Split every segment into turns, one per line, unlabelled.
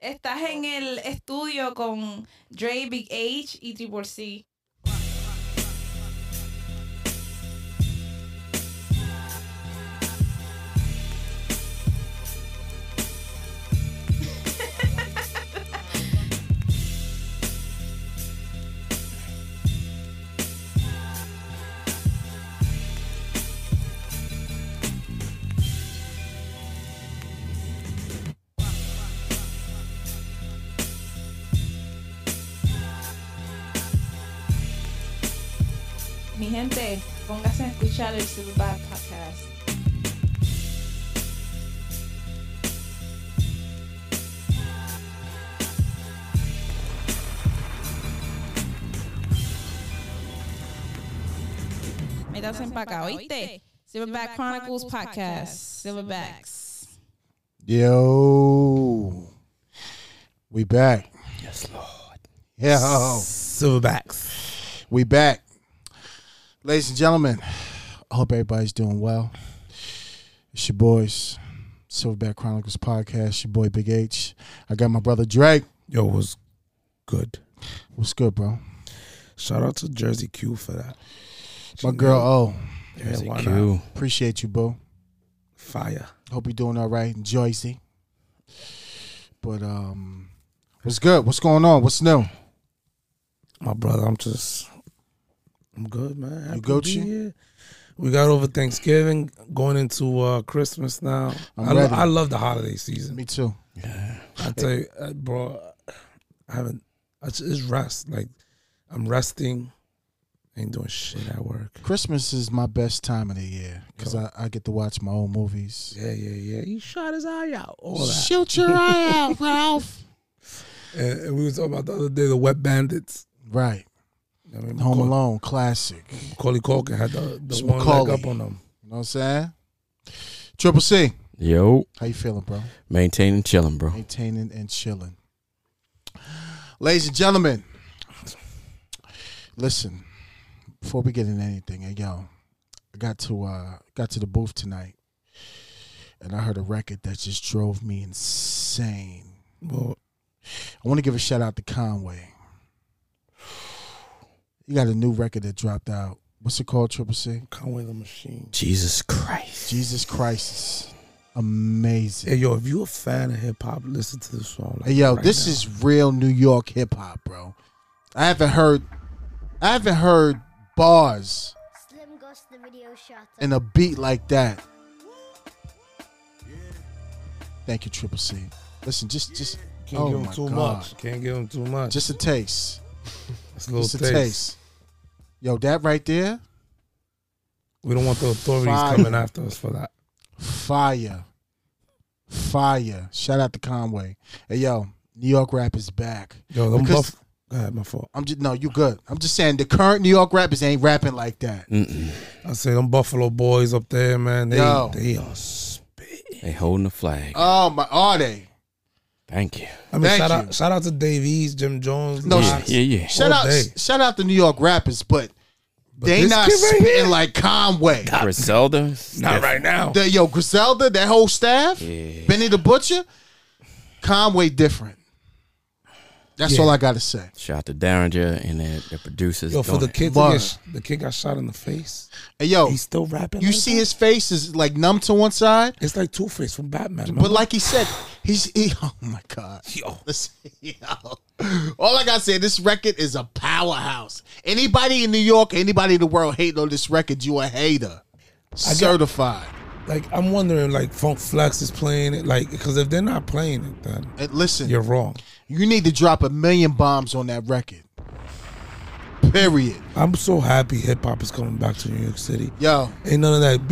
Estás en el estudio con Dre, Big H y Triple C. Mi gente, póngase a escuchar el Super Bad Podcast. Métanse para acá, ¿oíste? Silverback Chronicles Podcast. Silverbacks.
Yo, we back.
Yes, Lord.
Yo,
Silverbacks.
we back. Ladies and gentlemen, I hope everybody's doing well. It's your boys, Silverback Chronicles podcast. Your boy Big H. I got my brother Drake.
Yo, was good.
What's good, bro?
Shout out to Jersey Q for that.
My girl O.
Jersey
Why
Q.
not?
Appreciate you, boo.
Fire.
Hope you're doing all right, Joycey. But um, what's good? What's going on? What's new?
My brother, I'm just, I'm good, man. Happy
Gucci?
to be here. We got over Thanksgiving, going into uh, Christmas now.
I'm
I, lo-
ready.
I love the holiday season.
Me too.
I tell you, uh, bro, I haven't. I just, it's rest. Like I'm resting. Ain't doing shit at work.
Christmas is my best time of the year because I, I get to watch my own movies.
Yeah, yeah, yeah. He shot his eye out. All that.
Shoot your eye out, Ralph.
And, and we were talking about the other day the Wet Bandits.
Right.
I mean,
Home
Macaul-
Alone, classic. You
Macaulay Culkin had the,
It's
the one
Macaulay.
leg up on him.
know what I'm saying? Triple C,
Yo,
how you feeling, bro?
maintaining chilling, bro.
Maintaining and chilling. Ladies and gentlemen, listen, before we get into anything, hey, yo, I got to uh got to the booth tonight and I heard a record that just drove me insane.
Well,
I want to give a shout out to Conway. You got a new record that dropped out. What's it called, Triple C?
Conway the Machine.
Jesus Christ.
Jesus Christ.
Hey,
Amazing.
yo, if you a fan of hip hop, listen to this song. Like,
Hey, yo,
right
this
now.
is real New York hip hop, bro. I haven't heard I haven't heard bars
Slim Gus the video shot.
and a beat like that. Thank you, Triple C. Listen, just just
Can't
oh
give him
my
too
God.
much. Can't give him too much.
Just a taste.
It's a little
Just a
taste.
taste. Yo, that right there,
We don't want the authorities
Fire.
coming after us for that.
Fire. Fire. Shout out to Conway. Hey yo, New York rap is back.
Yo, them
Because-
buff. Go ahead, my fault.
I'm just no, you good. I'm just saying the current New York rappers ain't rapping like that.
I say them Buffalo boys up there, man. They
Yo.
they are spitting.
They holding the flag.
Oh my are they?
Thank you.
I mean,
Thank
shout
you.
out, shout out to Dave East, Jim Jones.
No,
yeah,
Lox.
yeah, yeah.
Shout
All
out
day.
shout out the New York rappers, but, they
this
not
kid right
spitting
here?
like Conway.
Griselda.
not right now.
The, yo, Griselda, that whole staff,
Yeah.
Benny the Butcher, Conway different. That's
Yeah.
all I gotta say.
Shout out to Derringer and their, their producers.
Yo, for the
doing
kid, to
Word.
get, sh- the kid got shot in the face.
Hey yo,
He's still
Oh.
rapping.
you
like
see
that?
his face is like numb to one side.
It's like Two Face from Batman.
But
remember?
like he said, he's he, oh my god.
Yo.
Listen, yo. All I gotta say, this record is a powerhouse. Anybody in New York, anybody in the world hating on this record, you a hater. Certified.
like I'm wondering, like Funk Flex is playing it, like because if they're not playing it, then
And listen,
you're wrong.
you need to drop a million bombs on that record. Period.
I'm so happy hip hop is coming back to New York City.
Yo.
Ain't none of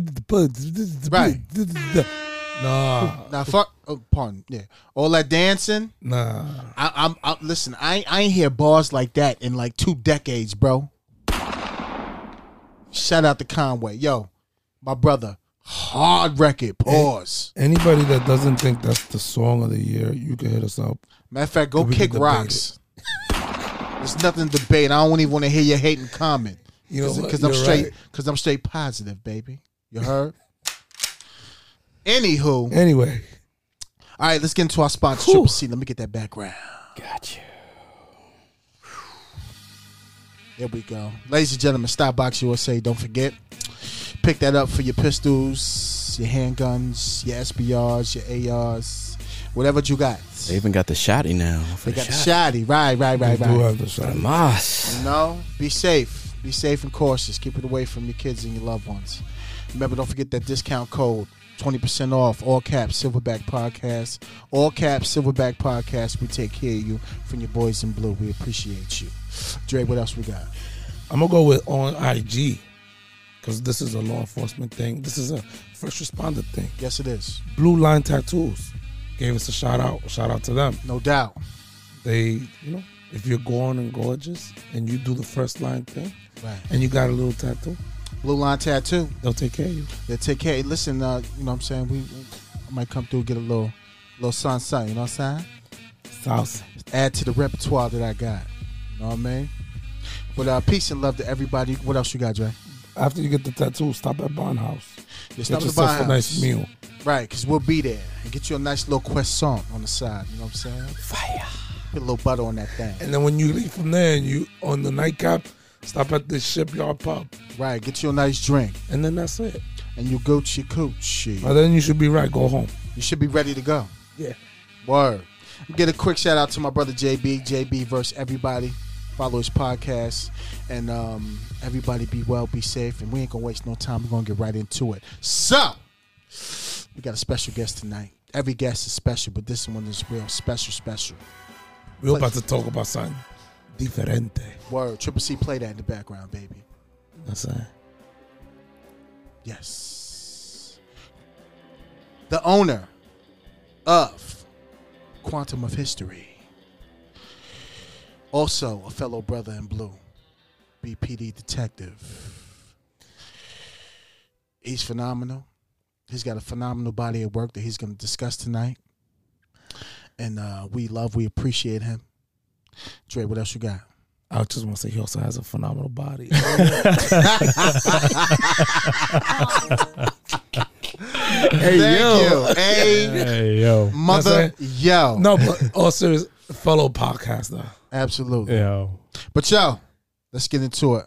that.
Right.
Nah,
Now fuck oh, pardon. Yeah. All that dancing.
nah.
I, I'm I, listen, I I ain't hear bars like that in like two decades, bro. Shout out to Conway. Yo, my brother. Hard record. Pause.
Anybody that doesn't think that's the song of the year, you can hit us up.
Matter of fact, go
We can
kick
debate
rocks. There's nothing to debate. I don't even want to hear your hating comment.
You know what?
Because I'm
You're
straight.
right.
Because I'm straight positive, baby. You heard? Anywho,
Anyway,
All right, let's get into our sponsorship.
Whew.
See, let me get that background.
Got you.
There we go. Ladies and gentlemen, Stop Box USA. Don't forget, pick that up for your pistols, your handguns, your SBRs, your ARs, whatever you got.
They even got the shotty now. For
They
the
got the
shot.
shoddy. Right, right, right,
They do
right.
have the shot.
Moss.
No, be safe. Be safe and cautious. Keep it away from your kids and your loved ones. Remember, don't forget that discount code 20% off, all caps, Silverback Podcast. All caps, Silverback Podcast. We take care of you from your boys in blue. We appreciate you. Dre, what else we got?
I'm gonna go with on IG because this is a law enforcement thing. This is a first responder thing.
Yes, it is.
Blue Line Tattoos gave us a shout out. Shout out to them.
No doubt.
They, you know, if you're going and gorgeous and you do the first line thing
Right.
and you got a little tattoo,
Blue Line Tattoo.
they'll take care of you.
They take care. Hey, Listen, uh, you know what I'm saying? We, we might come through get a little little sun sun, you know what I'm saying?
South.
add to the repertoire that I got. You know what I mean? But uh, peace and love to everybody. What else you got, Dre?
After you get the tattoo, stop at Bond House.
Just
Get
stop at the
yourself
Bond
a nice
House.
meal.
Right, because we'll be there. And get you a nice little croissant on the side. You know what I'm saying? Fire. Put a little butter on that thing.
And then when you leave from there and you on the nightcap, stop at the shipyard pub.
Right, get you a nice drink.
And then that's it.
And you go to your coach.
But then you should be right, go home.
You should be ready to go.
Yeah.
Word. Get a quick shout out to my brother JB. JB versus everybody. Follow his podcast. And um, everybody be well, be safe. And we ain't going to waste no time. We're going to get right into it. So, we got a special guest tonight. Every guest is special, but this one is real special, special.
We're about to talk about something diferente.
Word. Triple C, play that in the background, baby.
That's it.
Yes. The owner of Quantum of History. Also a fellow brother in blue, BPD detective. He's phenomenal. He's got a phenomenal body of work that he's going to discuss tonight. And uh, we love, we appreciate him. Dre, what else you got?
I just want to say he also has a phenomenal body.
Hey,
Thank
yo.
you. Hey,
Hey yo,
mother,
That's
yo.
no, but also his fellow podcaster.
Absolutely.
yo,
But yo, let's get into it.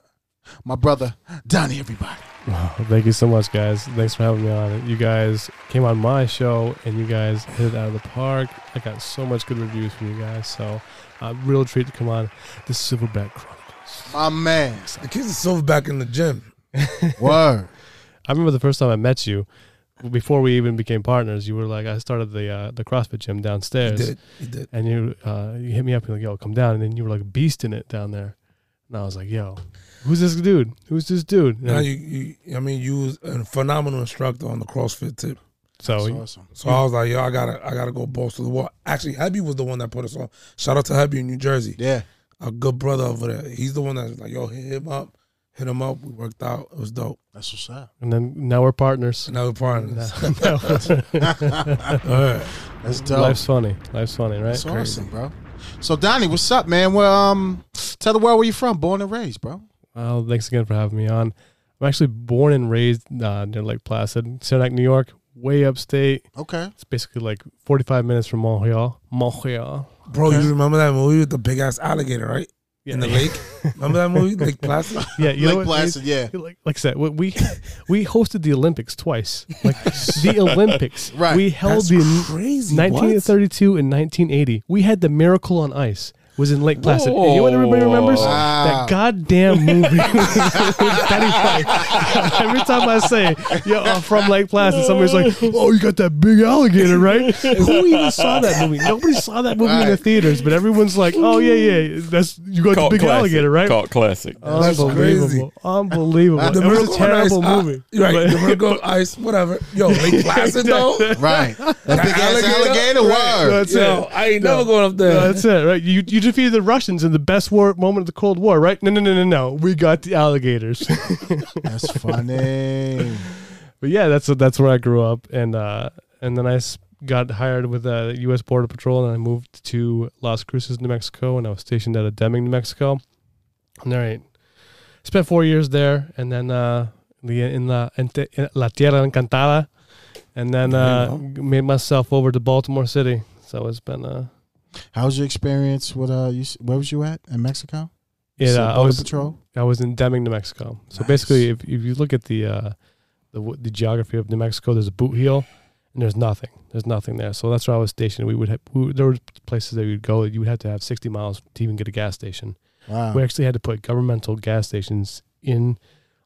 My brother, Donnie, everybody.
Wow, thank you so much, guys. Thanks for having me on. You guys came on my show and you guys hit it out of the park. I got so much good reviews from you guys, so a real treat to come on the Silverback Chronicles.
My man.
The kids are silverback in the gym.
Word.
I remember the first time I met you, before we even became partners. You were like, I started the uh, the CrossFit gym
He
downstairs,
did. He did.
and you uh, you hit me up and you're like, yo, come down, and then you were like a beast in it down there, and I was like, yo, who's this dude? Who's this dude? And
Now you, you, I mean, you was a phenomenal instructor on the CrossFit tip.
so
That's awesome.
So I was like, yo, I gotta, I gotta go balls to the wall. Actually, Hebby was the one that put us on. Shout out to Hebby in New Jersey,
Yeah.
a good brother over there. He's the one that was like, yo, hit him up, hit him up. We worked out. It was dope.
That's what's up.
and then now we're partners.
So now we're partners.
That's dope.
Life's funny. Life's funny, right?
That's awesome, bro. So Donnie, what's up, man? Well, um, tell the world where you from, born and raised, bro.
Well, thanks again for having me on. I'm actually born and raised uh, near Lake Placid, Saranac, New York, way upstate.
Okay.
It's basically like 45 minutes from Montreal. Montreal.
Bro, you remember that movie with the big ass alligator, right? In the lake. Remember that movie, Lake Placid?
Yeah, you know
Lake
what?
Placid, yeah.
Like, like I said, we- we we hosted the Olympics twice. Like the Olympics,
Right.
We held
That's
the
crazy.
1932 and 1980. We had the Miracle on Ice. Was in Lake Placid. And you know what everybody
Whoa.
remembers?
Wow.
That goddamn movie with Betty White. Every time I say, yo, I'm from Lake Placid, somebody's like, oh, you got that big alligator, right? Who even saw that movie? Nobody saw that movie in the
Right.
theaters, but everyone's like, oh, yeah, yeah, that's you got the
Cult
big
classic.
alligator, right?
Cult classic.
Oh.
That's
Unbelievable.
crazy.
Unbelievable.
What? The
it was
Miracle on
a terrible
Ice, uh,
movie.
right,
but-
the Miracle on Ice, whatever. Yo, Lake Placid though.
Right. That big ass alligator.
alligator? Right.
Word.
That's
Yo,
it.
I ain't
No.
never going up there.
No, that's it, right? You you defeated the Russians in the best war moment of the Cold War, right? No, no, no, no, no. We got the alligators.
That's funny.
but yeah, that's that's where I grew up, and uh, and then I s- got hired with the U.S. Border Patrol, and I moved to Las Cruces, New Mexico, and I was stationed at a Deming, New Mexico. And all right, spent four years there, and then uh, the in la in Te- in La Tierra Encantada, and then
There you
uh,
go.
g- made myself over to Baltimore City. So it's been uh,
How was your experience with uh? You, s- where was you at in Mexico? You
it,
said
uh, I
Border
was
patrol.
I was in Deming, New Mexico. So
Nice.
basically, if, if you look at the, uh, the w- the geography of New Mexico, there's a boot heel, and there's nothing. There's nothing there. So that's where I was stationed. We would have, we, there were places that we would go. that You would have to have 60 miles to even get a gas station.
Wow.
We actually had to put governmental gas stations in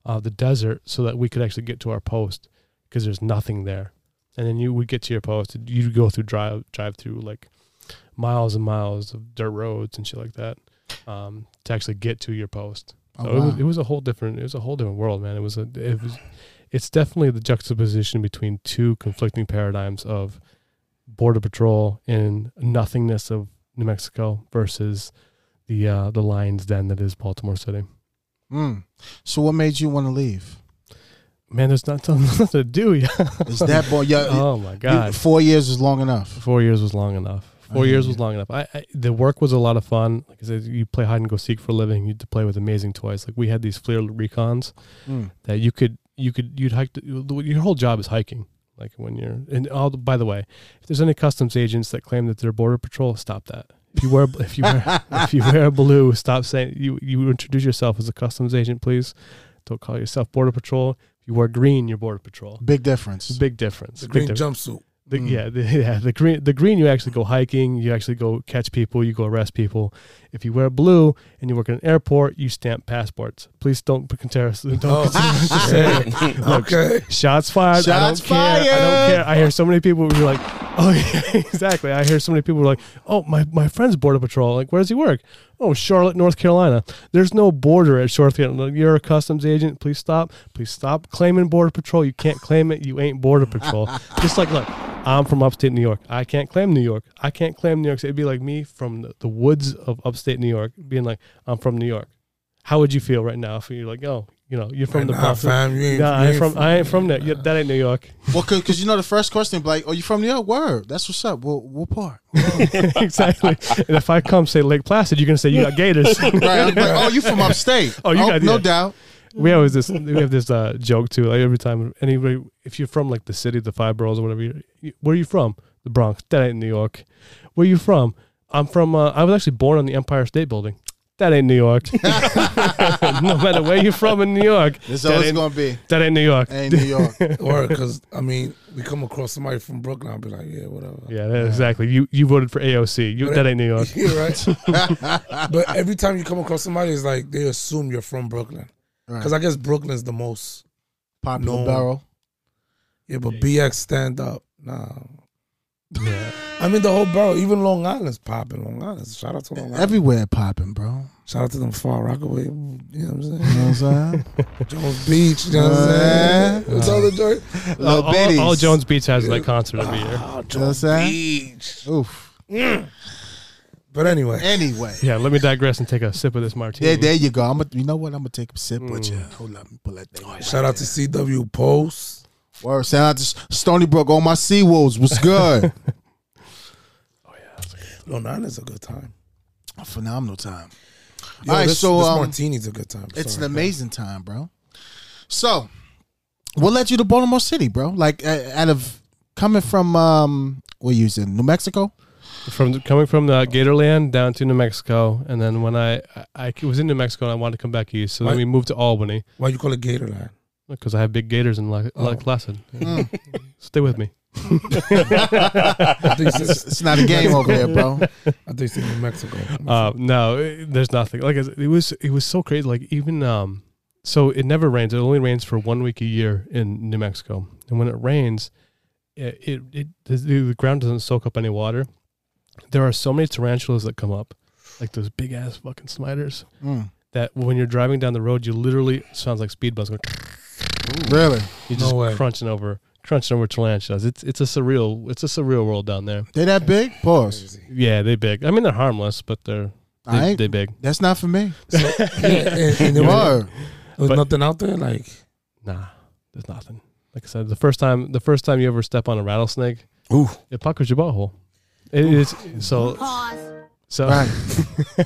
uh, the desert so that we could actually get to our post because there's nothing there. And then you would get to your post. You'd go through drive drive through like miles and miles of dirt roads and shit like that um, to actually get to your post.
Oh,
So it, was,
wow.
it was a whole different it was a whole different world, man. It was a it was it's definitely the juxtaposition between two conflicting paradigms of border patrol and nothingness of New Mexico versus the uh, the lion's den that is Baltimore City.
Mm. So what made you want to leave?
Man, there's not nothing to do. yeah.
Is that boy? Yeah.
oh my
you-
god.
four years is long enough.
Four years was long enough. Four
I hear
years was
you.
long enough. I, I the work was a lot of fun. Like I said, you play hide and go seek for a living. You play with amazing toys. Like we had these FLIR recons
Mm.
that you could you could you'd hike. To, your whole job is hiking. Like when you're and all. By the way, if there's any customs agents that claim that they're border patrol, stop that. If you wear if you wear if you wear blue, stop saying you you introduce yourself as a customs agent, please. Don't call yourself border patrol. If you wear green, you're border patrol.
Big difference.
It's a big difference.
The
Big
green
difference.
jumpsuit.
The,
Mm.
Yeah, the, yeah. The green, the green. You actually go hiking. You actually go catch people. You go arrest people. If you wear blue and you work at an airport, you stamp passports. Please don't compare us. Don't
Oh, shit. okay.
Shots fired. I don't
Shots
care. I don't
fired.
care. I hear so many people who are like, oh yeah, exactly. I hear so many people who are like, oh my my friend's border patrol. Like, where does he work? Oh, Charlotte, North Carolina. There's no border at Charlotte. Carolina. You're a customs agent. Please stop. Please stop claiming border patrol. You can't claim it. You ain't border patrol. Just like look. I'm from upstate New York. I can't claim New York. I can't claim New York. City. It'd be like me from the, the woods of upstate New York being like, I'm from New York. How would you feel right now if you're like, oh, you know, you're
Like,
from the
nah,
Bronx?
fam, you ain't-
Nah,
you
I ain't
ain't
from I ain't from there. Yeah, that ain't New York.
Well, because you know the first question, like, "Are you from New York?" Word. That's what's up. Well, what part?
exactly. And if I come say Lake Placid, you're gonna say you got gators.
Right. I'm like, oh, you from upstate?
Oh, you got-
no
yeah.
doubt.
we always this we have this uh, joke too. Like every time anybody, if you're from like the city, the five boroughs or whatever, you, you- where are you from? The Bronx. That ain't New York. Where you from? I'm from. Uh, I was actually born on the Empire State Building. That ain't New York. no matter where you're from in New York,
It's
that
always
ain't,
gonna be
that ain't New York.
in New York.
Or because I mean, we come across somebody from Brooklyn, I'll be like, yeah, whatever.
Yeah, that, exactly. You you voted for AOC. You that ain't New York.
Yeah, right. but every time you come across somebody, it's like they assume you're from Brooklyn because
Right.
I guess Brooklyn's the most.
Popular
No.
barrel.
Yeah, but BX stand up. Nah,
Yeah.
I mean the whole borough, even Long Island's popping. Long Island, shout out to Long Island.
Everywhere popping, bro.
shout out to them Far Rockaway. You know what I'm
You know
saying?
what I'm saying?
Jones Beach. You know what I'm saying?
Uh,
It's all the joint.
Little
Uh, all,
bitties.
all, all Jones Beach has is that concert every year.
You
Oh,
know what I'm
Jones
saying?
Beach.
Oof.
But anyway,
Anyway.
Yeah, let me digress and take a sip of this martini.
Yeah, there you go. I'm a, you know what? I'm gonna take a sip
Mm.
with you. Hold up, pull that thing. out.
shout out to CW Post.
Word, shout out to S- Stony Brook. All my sea wolves. What's good?
Long Island's a good time.
A Phenomenal time.
Yo,
All right,
this,
so,
this
um,
martini's a good time.
It's an
Sorry.
amazing time, bro. So, what led you to Baltimore City, bro? Like, uh, out of coming from um, what you was in New Mexico?
from the- coming from the Gatorland down to New Mexico, and then when I, I I was in New Mexico and I wanted to come back east, so
Why-
then we moved to Albany
Why you call it Gatorland?
because I have big gators in La, La
Oh.
Placid.
Mm.
Stay with me.
I think it's,
It's, it's not a game over there, bro.
I think it's in New Mexico.
Uh, no, it, there's nothing. Like I said, it was it was so crazy. Like even um, so it never rains. It only rains for one week a year in New Mexico, and when it rains, it it, it the, the ground doesn't soak up any water. There are so many tarantulas that come up, like those big ass fucking spiders.
Mm.
that when you're driving down the road, you literally sounds like speed bumps. Going,
Really?
you're
No
just
way.
crunching over, crunching over tarantulas. It's it's a surreal, it's a surreal world down there.
They that big? Pause.
Yeah, they big. I mean, they're harmless, but they're they,
I ain't-
they big.
That's not for me.
Yeah, and, and there was,
Word.
there was
But-
nothing out there. Like
Nah, there's nothing. Like I said, the first time, the first time you ever step on a rattlesnake,
Ooh.
it puckers your butthole. It is so
Pause.
so.
Right.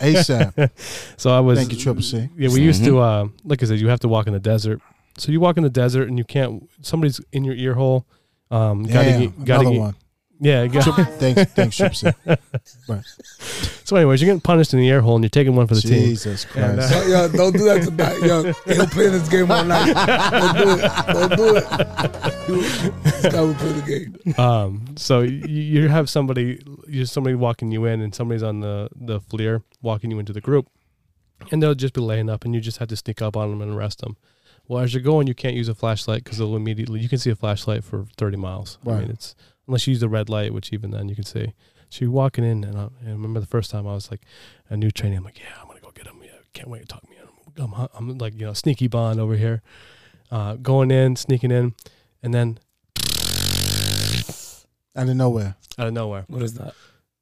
ASAP.
So I was
Thank you, Triple C. Mm-hmm.
Yeah, we used to.
Mhm.
Uh, like I said, you have to walk in the desert. So you walk in the desert and you can't. Somebody's in your ear hole. Um,
Damn,
gotta get, gotta
another
get,
one.
yeah, got,
Trip, thanks, thanks, Trip C.
so anyways, you're getting punished in the air hole and you're taking one for the team.
Jesus
And,
Christ.
uh,
Yo, yo, don't do that tonight. Yo, he'll play this game all night. Don't do it. Don't do it. Dude, This guy will play the game.
um, so you, you have somebody, you somebody walking you in, and somebody's on the the FLIR walking you into the group, and they'll just be laying up, and you just have to sneak up on them and arrest them. Well, as you're going, you can't use a flashlight because it'll immediately you can see a flashlight for 30 miles. I
Right.
mean, it's unless you use the red light, which even then you can see. So you're walking in, and I, I remember the first time I was like a new trainee. I'm like, yeah, I'm gonna go get him. Yeah, can't wait to talk me. in. I'm, hu- I'm like, you know, sneaky bond over here, uh, going in, sneaking in, and then
Out of nowhere.
out of nowhere.
What is that?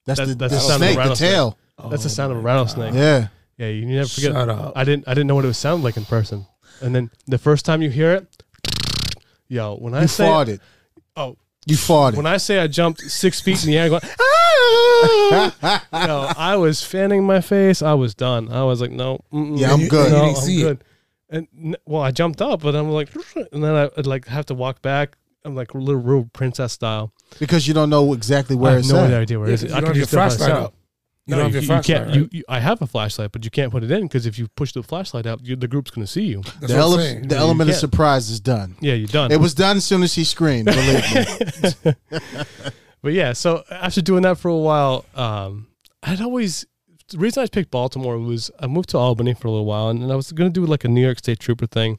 That's,
That's-
the,
that's
the
the sound of
snake, the
rattlesnake.
tail.
That's
Oh,
the sound of a
my
rattlesnake.
God.
Yeah.
Yeah, you never forget.
Shut up.
I didn't. I didn't know what it would sound like in person. And then the first time you hear it, yo, when I
You
say
farted.
oh,
You farted.
when I say I jumped six feet in the air, going, ah! yo, I was fanning my face. I was done. I was like, no, mm-mm,
Yeah, I'm
no,
good.
You
No,
didn't
I'm
see it.
good. And n- well, I jumped up, but I'm like, and then I would like have to walk back. I'm like little rude princess style.
because you don't know exactly where
I have
it's
no
at.
idea where
Yeah,
it is.
'cause you
I
don't
could
have your
just tell by the
flashlight
sound.
up. You don't have your flashlight.
can't.
right?
You, you, I have a flashlight, but you can't put it in because if you push the flashlight out, you, the group's going to see you.
the
That's what I'm
ele-
saying.
the
You
element of
can't.
surprise is done.
Yeah, you're done.
It was done as soon as she screamed. Believe me.
but yeah, so after doing that for a while, um, I'd always the reason I picked Baltimore was I moved to Albany for a little while, and, and I was going to do like a New York State Trooper thing.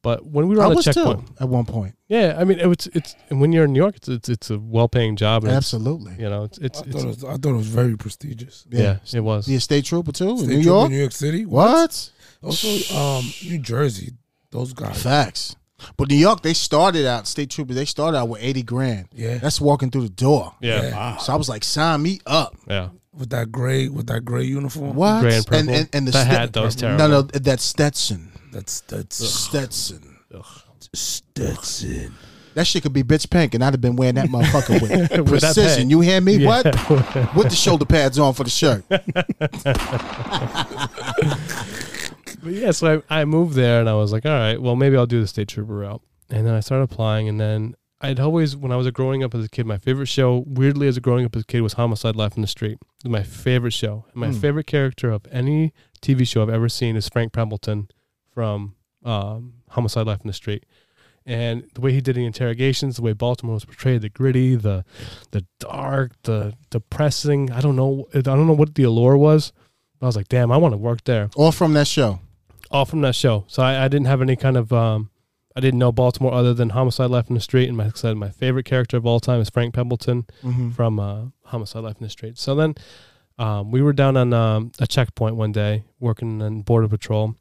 But when we were
I
on the
was
checkpoint,
too at one point.
yeah, I mean, it was it's and when you're in New York, it's it's, it's a well-paying job. and it's,
Absolutely.
you know, it's it's,
I,
it's
thought it was, I thought it was very prestigious.
yeah, it was.
The estate trooper too in
State
New
Trooper,
York.
New York City.
What?
Also, um, New Jersey. Those guys.
Facts. But New York, they started out state trooper. They started out with eighty grand.
Yeah.
That's walking through the door.
Yeah,
Yeah.
So I was like, sign me up.
yeah.
With that gray, with that gray uniform.
What?
Gray and purple.
and, and the
that
Ste-
hat that was terrible.
No, no, that's Stetson.
That's that's
Stetson.
Stetson.
That shit could be bitch pink, and I'd have been wearing that motherfucker with,
With that
precision.
peg.
you hear me?
Yeah.
What? with the shoulder pads on for the shirt.
But yeah, so I, I moved there and I was like, all right, well, maybe I'll do the state trooper route. And then I started applying. And then I'd always, when I was growing up as a kid, my favorite show, weirdly, as a growing up as a kid, was Homicide Life on the Street. It was my favorite show. And my
Hmm.
favorite character of any TV show I've ever seen is Frank Pembleton from um, Homicide Life on the Street. And the way he did the interrogations, the way Baltimore was portrayed, the gritty, the the dark, the depressing. I don't know. I don't know what the allure was. But I was like, damn, I want to work there
All from that show.
all from that show. So I, I didn't have any kind of um, I didn't know Baltimore other than Homicide: Life in the Street. And my like I said my favorite character of all time is Frank Pembleton
Mm-hmm.
from uh, Homicide: Life in the Street. So then um, we were down on um, a checkpoint one day working on border patrol,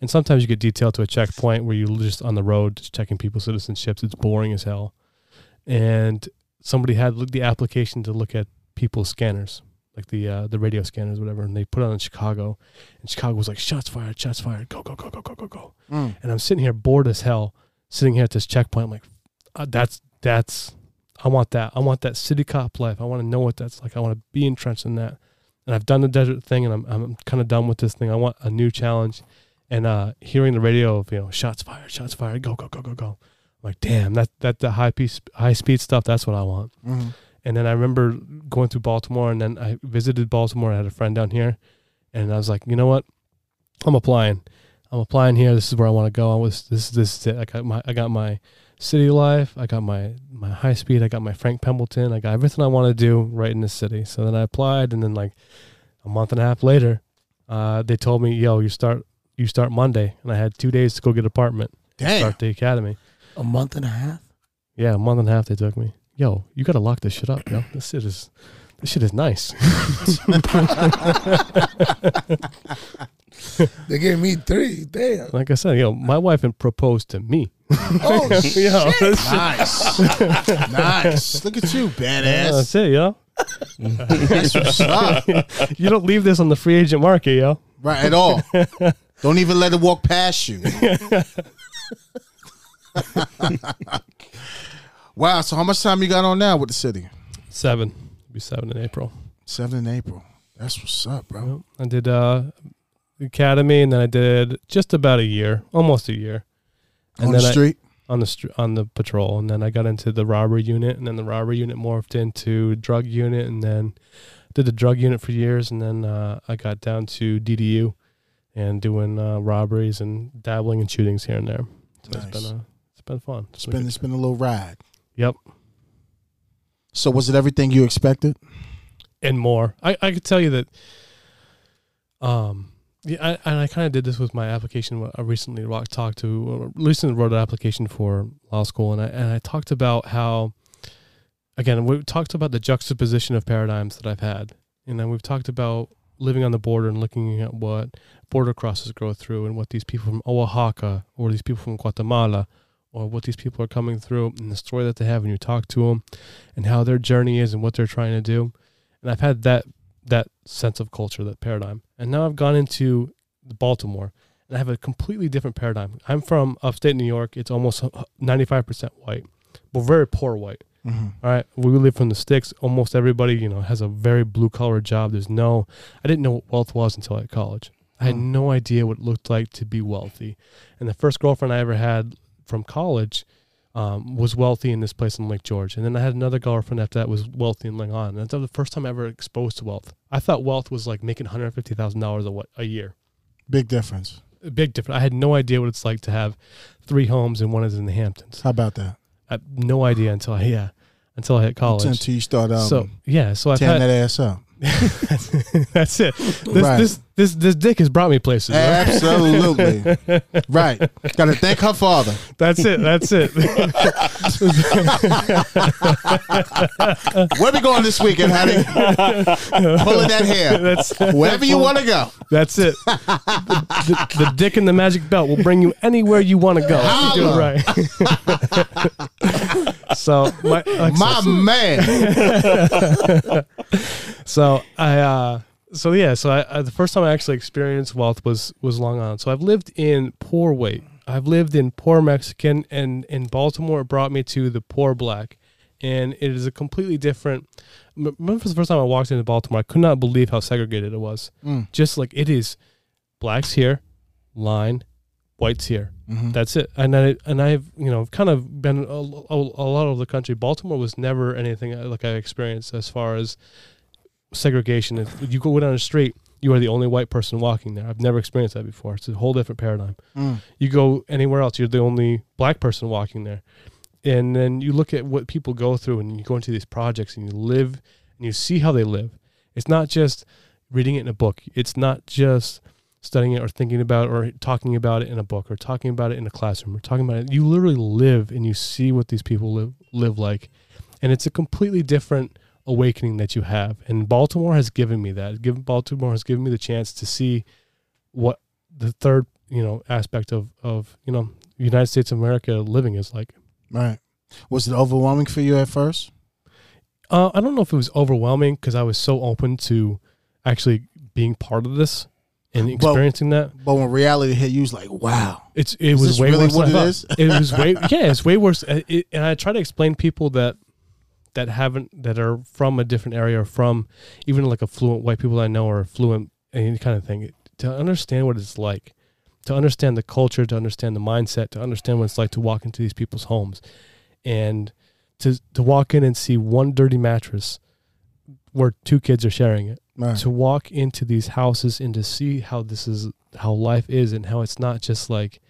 and sometimes you get detailed to a checkpoint where you're just on the road just checking people's citizenships. It's boring as hell, and somebody had l- the application to look at people's scanners. Like the uh, the radio scanners, whatever, and they put it on in Chicago, and Chicago was like, "Shots fired! Shots fired! Go go go go go go go!" and I'm sitting here bored as hell, sitting here at this checkpoint. I'm like, uh, that's that's I want that. I want that city cop life. I want to know what that's like. I want to be entrenched in that. And I've done the desert thing, and I'm I'm kind of done with this thing. I want a new challenge. And uh, hearing the radio of you know shots fired, shots fired, go go go go go. I'm like, damn, that that the high piece, high speed stuff. That's what I want.
Mm-hmm.
And then I remember going through Baltimore, and then I visited Baltimore. I had a friend down here, and I was like, you know what? I'm applying. I'm applying here. This is where I want to go. I was this this is it. I got my I got my city life. I got my my high speed. I got my Frank Pembleton. I got everything I want to do right in this city. So then I applied, and then like a month and a half later, uh, they told me, yo, you start you start Monday, and I had two days to go get an apartment,
Damn.
start the academy.
A month and a half.
Yeah, a month and a half they took me. Yo, you gotta lock this shit up, yo. This shit is this shit is nice.
They gave me three. Damn.
Like I said, yo, my wife had proposed to me.
Oh shit.
Yo, that's,
Nice. nice. Look at you, badass.
that's it, yo.
That's what's up.
You don't leave this on the free agent market, yo.
Right, at all. Don't even let it walk past you. wow, so how much time you got on now with the city?
Seven. Be seven in April.
Seven in April. That's what's up, bro.
Yep. I did uh academy and then I did just about a year, almost a year.
on
And
the
then I-
street?
on the str- on the patrol, and then I got into the robbery unit, and then the robbery unit morphed into drug unit, and then did the drug unit for years, and then uh, I got down to DDU and doing uh, robberies and dabbling in shootings here and there. So it's
Nice.
been uh, it's been fun.
It's been it's been a little ride.
Yep.
So was it everything you expected?
and more. I, I could tell you that. Um, yeah, I, and I kind of did this with my application. wh- I recently ro- talked to, uh, recently wrote an application for law school, and I and I talked about how, again, we talked about the juxtaposition of paradigms that I've had, and then we've talked about living on the border and looking at what border crosses go through, and what these people from Oaxaca or these people from Guatemala, or what these people are coming through, and the story that they have when you talk to them, and how their journey is and what they're trying to do and I've had that that sense of culture, that paradigm. And now I've gone into Baltimore, and I have a completely different paradigm. I'm from upstate New York; it's almost 95% white, but very poor white.
Mm-hmm.
All right, we live from the sticks. Almost everybody, you know, has a very blue collar job. There's no, I didn't know what wealth was until at college. I had
Hmm.
no idea what it looked like to be wealthy. And the first girlfriend I ever had from college um, was wealthy in this place in Lake George. And then I had another girlfriend after that was wealthy in Ling On. And that's the first time I ever exposed to wealth. I thought wealth was like making $150,000 a, what- a year.
Big difference.
A big difference. I had no idea what it's like to have three homes and one is in the Hamptons.
How about that?
I had no idea until I, yeah, until I hit college.
Until you start um,
so yeah, so I've
tearing
had,
that ass up.
That's it. This,
Right. Eh.
this this this dick has brought me places. right?
Absolutely. right. Got to thank her father.
That's it. That's it.
Where we going this weekend, honey? Pulling that hair.
that's
Wherever you want to go.
that's it. The, the- the dick and the magic belt will bring you anywhere you want to go. You do it right. so my like I
My man.
So I, uh, so yeah, so I, I, the first time I actually experienced wealth was was Long Island. So I've lived in poor white, I've lived in poor Mexican, and in Baltimore it brought me to the poor black, and it is a completely different. m- Remember the first time I walked into Baltimore, I could not believe how segregated it was.
Mm.
Just like it is, blacks here, line, whites here.
Mhm.
That's it. And I and I've you know kind of been a, a, a lot of the country. Baltimore was never anything uh, like I experienced as far as segregation. If you go down the street, you are the only white person walking there. I've never experienced that before. It's a whole different paradigm.
Mm.
You go anywhere else, you're the only black person walking there. And then you look at what people go through and you go into these projects and you live and you see how they live. It's not just reading it in a book. It's not just studying it or thinking about it or talking about it in a book or talking about it in a classroom or talking about it. You literally live and you see what these people live live like. And it's a completely different awakening that you have. And Baltimore has given me that. Given Baltimore has given me the chance to see what the third, you know, aspect of of, you know, United States of America living is like.
Right. Was it overwhelming for you at first?
Uh, I don't know if it was overwhelming because I was so open to actually being part of this and
Well-
experiencing that.
But when reality hit you, was like, wow.
It's it
Is
was
this
way
really
worse.
what
than I
it
thought.
is?
It was way yeah, it's way worse. Uh, it- and I try to explain people that that haven't that are from a different area or from even like affluent white people I know or affluent any kind of thing to understand what it's like, to understand the culture, to understand the mindset, to understand what it's like to walk into these people's homes, and to to walk in and see one dirty mattress where two kids are sharing it
Right.
to walk into these houses and to see how this is how life is and how it's not just like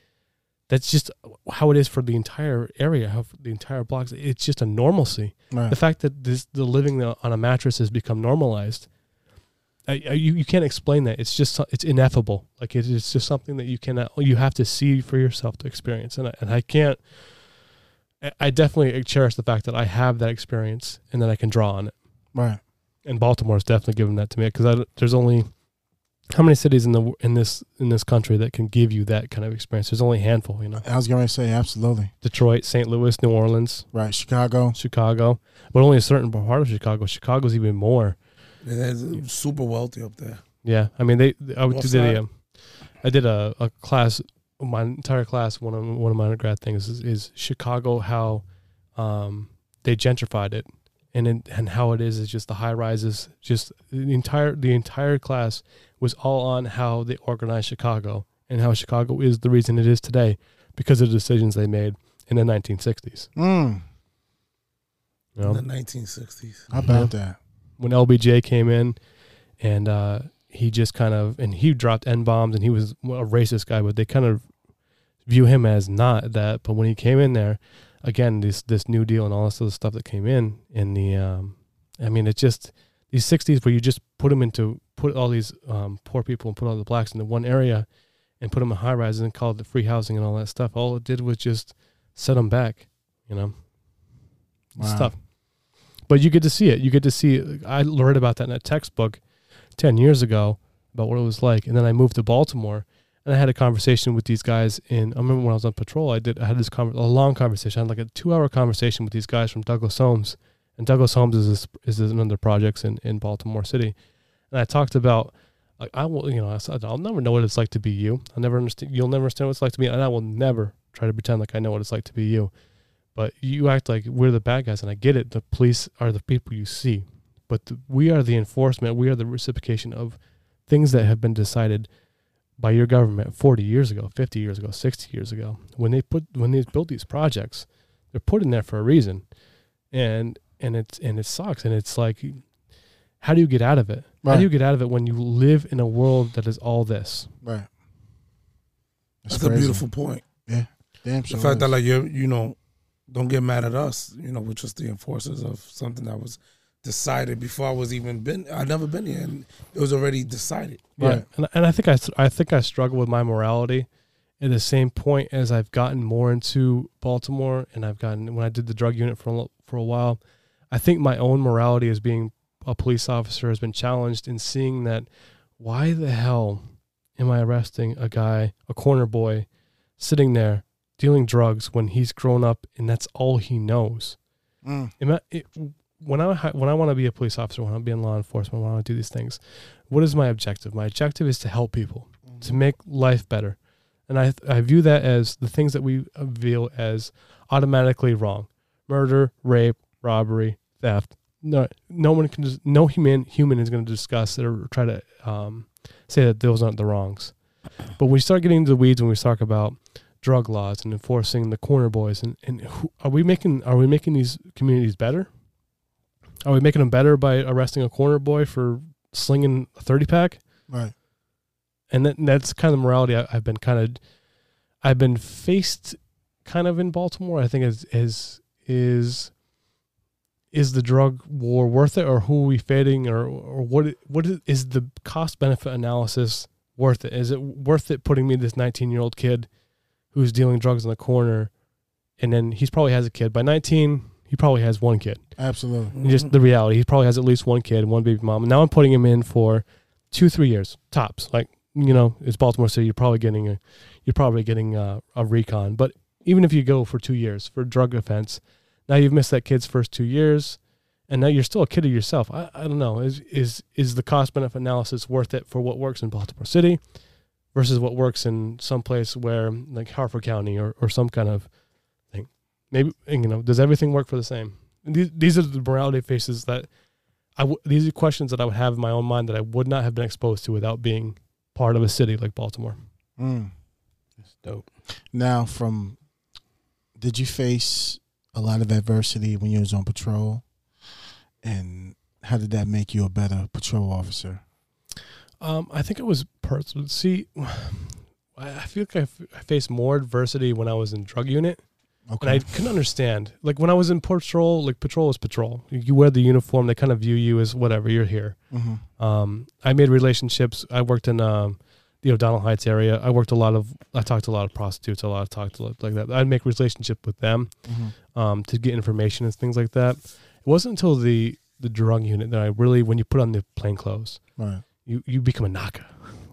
that's just how it is for the entire area how the entire blocks it's just a normalcy
Right.
the fact that this the living on a mattress has become normalized I, I, you, you can't explain that it's just so- it's ineffable like it is just something that you cannot you have to see for yourself to experience and I, and I can't I- I definitely cherish the fact that I have that experience and that I can draw on it
Right.
and Baltimore's definitely given that to me because there's only how many cities in the in this in this country that can give you that kind of experience? There's only a handful, you know.
I was going to say, absolutely.
Detroit, St. Louis, New Orleans,
Right. Chicago.
Chicago, but only a certain part of Chicago. Chicago's even more.
And that's super wealthy up there.
Yeah, I mean they. I would
What's
did
that?
a, um, I did a, a class. My entire class, one of one of my undergrad things is, is Chicago. How um, they gentrified it, and in, and how it is is just the high rises. Just the entire the entire class was all on how they organized Chicago and how Chicago is the reason it is today because of the decisions they made in the 1960s.
Mm,
You
in
know,
the 1960s.
how
Uh-huh.
about that?
when LBJ came in, and uh, he just kind of and he dropped n bombs, and he was a racist guy, but they kind of view him as not that. But when he came in there, again, this this New Deal and all this other stuff that came in in the, um, I mean, it's just these '60s where you just put them into put all these um, poor people and put all the blacks into one area, and put them in high rises and called it free housing and all that stuff. All it did was just set them back, you know. It's
Wow.
tough. But you get to see it. You get to see. I learned about that in a textbook ten years ago about what it was like, and then I moved to Baltimore and I had a conversation with these guys. In I remember when I was on patrol, I did. I had this conver a long conversation. I had like a two-hour conversation with these guys from Douglas Holmes, and Douglas Holmes is this, is this another projects in in Baltimore City, and I talked about. Like I will, you know, I said, I'll never know what it's like to be you. I'll never understand. You'll never understand what it's like to be, and I will never try to pretend like I know what it's like to be you but you act like we're the bad guys and i get it the police are the people you see but the, we are the enforcement we are the reciprocation of things that have been decided by your government 40 years ago 50 years ago 60 years ago when they put when they built these projects they're put in there for a reason and and it's and it sucks and it's like how do you get out of it how
Right.
do you get out of it when you live in a world that is all this
Right.
That's a
crazy.
beautiful point.
Damn
The
sure
fact that
is.
like you you know, don't get mad at us. You know, we're just the enforcers of something that was decided before I was even been. I never been here, and it was already decided.
Yeah,
Right.
and, and I think I s- I think I struggle with my morality at the same point as I've gotten more into Baltimore and I've gotten when I did the drug unit for a, lo- for a while, I think my own morality as being a police officer has been challenged in seeing that why the hell am I arresting a guy, a corner boy, sitting there dealing drugs when he's grown up and that's all he knows?
Mm,
Am I- it- when I ha- when I want to be a police officer, when I want to be in law enforcement, when I want to do these things, what is my objective? My objective is to help people, to make life better, and I I view that as the things that we uh, view as automatically wrong: murder, rape, robbery, theft. No, no one can. Just, no human human is going to discuss or try to um, say that those aren't the wrongs. But we start getting into the weeds when we talk about drug laws and enforcing the corner boys and, and who, are we making are we making these communities better are we making them better by arresting a corner boy for slinging a 30 pack
right.
and that, that's kind of the morality I, i've been kind of i've been faced kind of in baltimore i think is is is is the drug war worth it or who are we fading or or what it- what is, is the cost benefit analysis worth it is it worth it putting me this 19 year old kid who's dealing drugs in the corner and then he's probably has a kid by 19 he probably has one kid
Absolutely.
and just the reality. He probably has at least one kid, one baby mom. Now I'm putting him in for two, three years tops. Like you know, it's Baltimore City. You're probably getting a, you're probably getting a, a recon. But even if you go for two years for drug offense, now you've missed that kid's first two years, and now you're still a kid of yourself. I, I don't know. Is is is the cost benefit analysis worth it for what works in Baltimore City? Versus what works in some place where, like Harford County or, or some kind of thing, maybe you know, does everything work for the same? And these these are the morality faces that I w- these are questions that I would have in my own mind that I would not have been exposed to without being part of a city like Baltimore.
Mm.
That's dope.
Now, from did you face a lot of adversity when you was on patrol, and how did that make you a better patrol officer?
Um, I think it was personal. See, I I feel like I, f- I faced more adversity when I was in drug unit, and I
Okay,
couldn't understand. Like when I was in patrol, like patrol is patrol. You wear the uniform; they kind of view you as whatever you're here.
mm-hmm.
Um, I made relationships. I worked in um, the O'Donnell Heights area. I worked a lot of. I talked to a lot of prostitutes. A lot of talked to lot- like that. I'd make relationship with them
Mhm.
um, to get information and things like that. It wasn't until the the drug unit that I really, when you put on the plain clothes,
right,
you you become a knocker.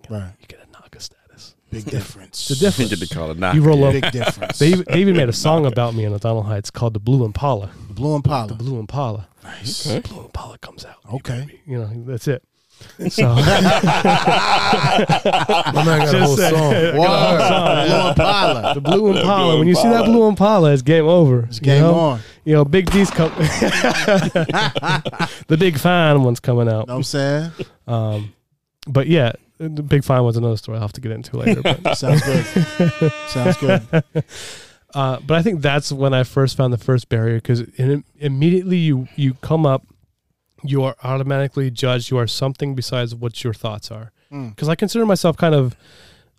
right.
You get a knocker status.
Big difference.
The difference-
Should be called a knock.
you roll up.
Big difference.
They, they even made a song about me in O'Donnell Heights called "The Blue Impala."
Blue and
The
Paula.
Blue Impala.
Nice.
The Blue Impala comes out.
Okay.
You know that's it. So.
My man got a whole
Just
song.
saying.
Word. Blue and Paula.
The blue Impala.
blue
when you see that
Impala.
blue Impala, it's game over.
It's game
you know?
on.
You know, Big D's come. the big fine one's coming out.
Know what I'm saying?
Um, but yeah, the big fine one's another story. I'll have to get into later. But
Sounds good. Sounds good.
Uh, but I think that's when I first found the first barrier because immediately you you come up, you are automatically judged. You are something besides what your thoughts are.
Mm.
Because I consider myself kind of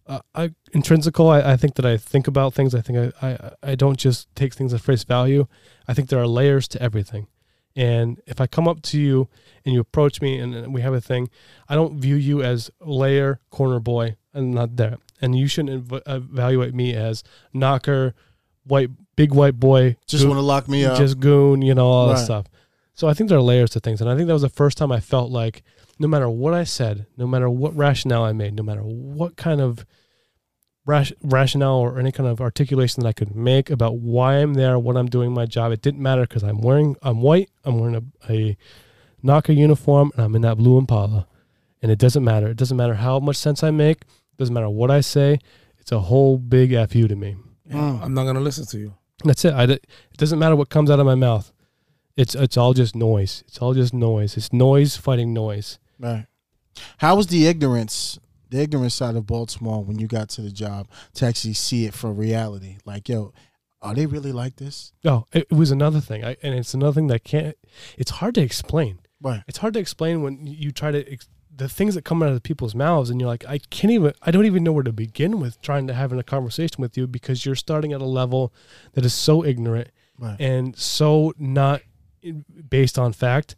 uh, I, intrinsical. I, I think that I think about things. I think I, I I don't just take things at face value. I think there are layers to everything. And if I come up to you and you approach me and, and we have a thing, I don't view you as layer corner boy and not that. And you shouldn't ev- evaluate me as knocker, white big white boy,
Just
goon-
want to lock me up.
just goon, you know, all
Right.
that stuff. So I think there are layers to things, and I think that was the first time I felt like no matter what I said, no matter what rationale I made, no matter what kind of rash, rationale or any kind of articulation that I could make about why I'm there, what I'm doing, my job, it didn't matter because I'm wearing, I'm white, I'm wearing a, a knocker uniform, and I'm in that blue Impala, and it doesn't matter. It doesn't matter how much sense I make. doesn't matter what I say. It's a whole big fu to me.
Mm.
I'm not gonna listen to you.
That's it. I, d- it doesn't matter what comes out of my mouth. It's it's all just noise. It's all just noise. It's noise fighting noise.
Right. How was the ignorance, the ignorance side of Baltimore when you got to the job to actually see it for reality? Like, yo, are they really like this?
Oh, it, it was another thing, I, and it's another thing that can't. It's hard to explain.
Right.
It's hard to explain when you try to ex- the things that come out of the people's mouths, and you're like, I can't even. I don't even know where to begin with trying to having a conversation with you because you're starting at a level that is so ignorant
Right.
and so not based on fact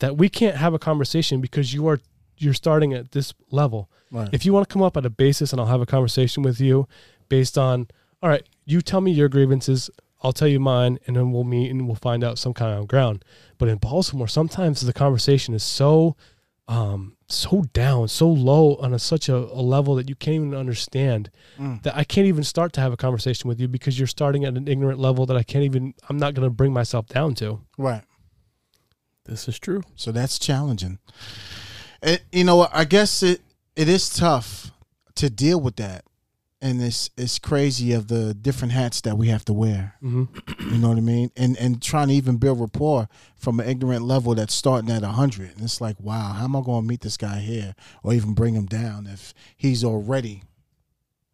that we can't have a conversation because you are you're starting at this level.
Right.
If you want to come up at a basis and I'll have a conversation with you based on, all right, you tell me your grievances, I'll tell you mine, and then we'll meet and we'll find out some kind of ground. But in Baltimore, sometimes the conversation is so, um, so down, so low on a, such a, a level that you can't even understand
Mm.
that I can't even start to have a conversation with you because you're starting at an ignorant level that I can't even, I'm not going to bring myself down to.
Right.
This is true.
So that's challenging. It, you know, I guess it it is tough to deal with that, and it's it's crazy of the different hats that we have to wear.
Mm-hmm.
You know what I mean? And and trying to even build rapport from an ignorant level that's starting at hundred, and it's like, wow, how am I going to meet this guy here, or even bring him down if he's already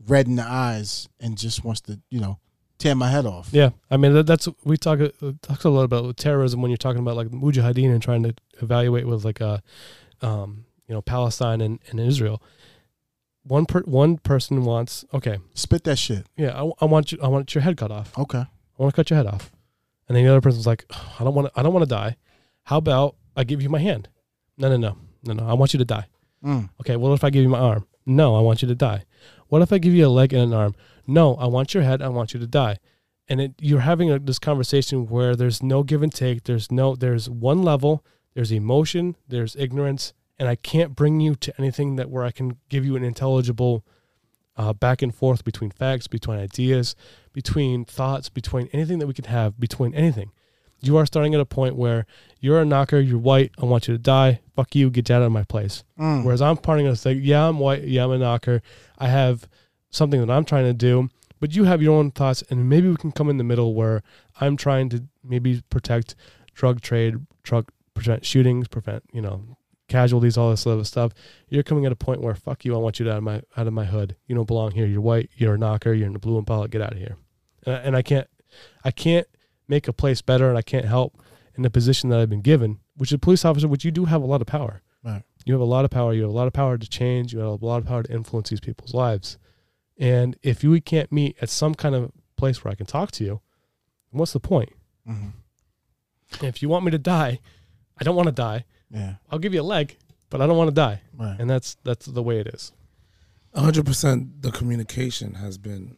red in the eyes and just wants to, you know, tear my head off?
Yeah, I mean that, that's we talk uh, talks a lot about terrorism when you're talking about like mujahideen and trying to evaluate with like a, um, you know, Palestine and, and Israel. One per one person wants okay,
Spit that shit.
yeah, I, I want you, I want your head cut off.
Okay.
I want to cut your head off, and then the other person's like, "Ugh, I don't want to, I don't want to die. How about I give you my hand? No, no, no, no, no. I want you to die.
Mm.
Okay, what if I give you my arm? No, I want you to die. What if I give you a leg and an arm? No, I want your head. I want you to die. And it, you're having a, this conversation where there's no give and take. There's no. There's one level. There's emotion. There's ignorance, and I can't bring you to anything that where I can give you an intelligible uh, back and forth between facts, between ideas, between thoughts, between anything that we can have, between anything. You are starting at a point where you're a knocker. You're white. I want you to die. Fuck you. Get out of my place.
Mm.
Whereas I'm parting us like, yeah, I'm white, yeah, I'm a knocker. I have something that I'm trying to do, but you have your own thoughts, and maybe we can come in the middle where I'm trying to maybe protect drug trade, drug prevent shootings, prevent you know casualties, all this other stuff. You're coming at a point where fuck you, I want you out of my out of my hood. You don't belong here. You're white. You're a knocker. You're in a blue Impala. Get out of here. And I, and I can't, I can't make a place better, and I can't help in the position that I've been given, which is a police officer, which you do have a lot of power. You have a lot of power. You have a lot of power to change. You have a lot of power to influence these people's lives. And if you can't meet at some kind of place where I can talk to you, what's the point?
Mhm.
If you want me to die, I don't want to die.
Yeah.
I'll give you a leg, but I don't want to die.
Right.
And that's that's the way it is.
100 percent. The communication has been.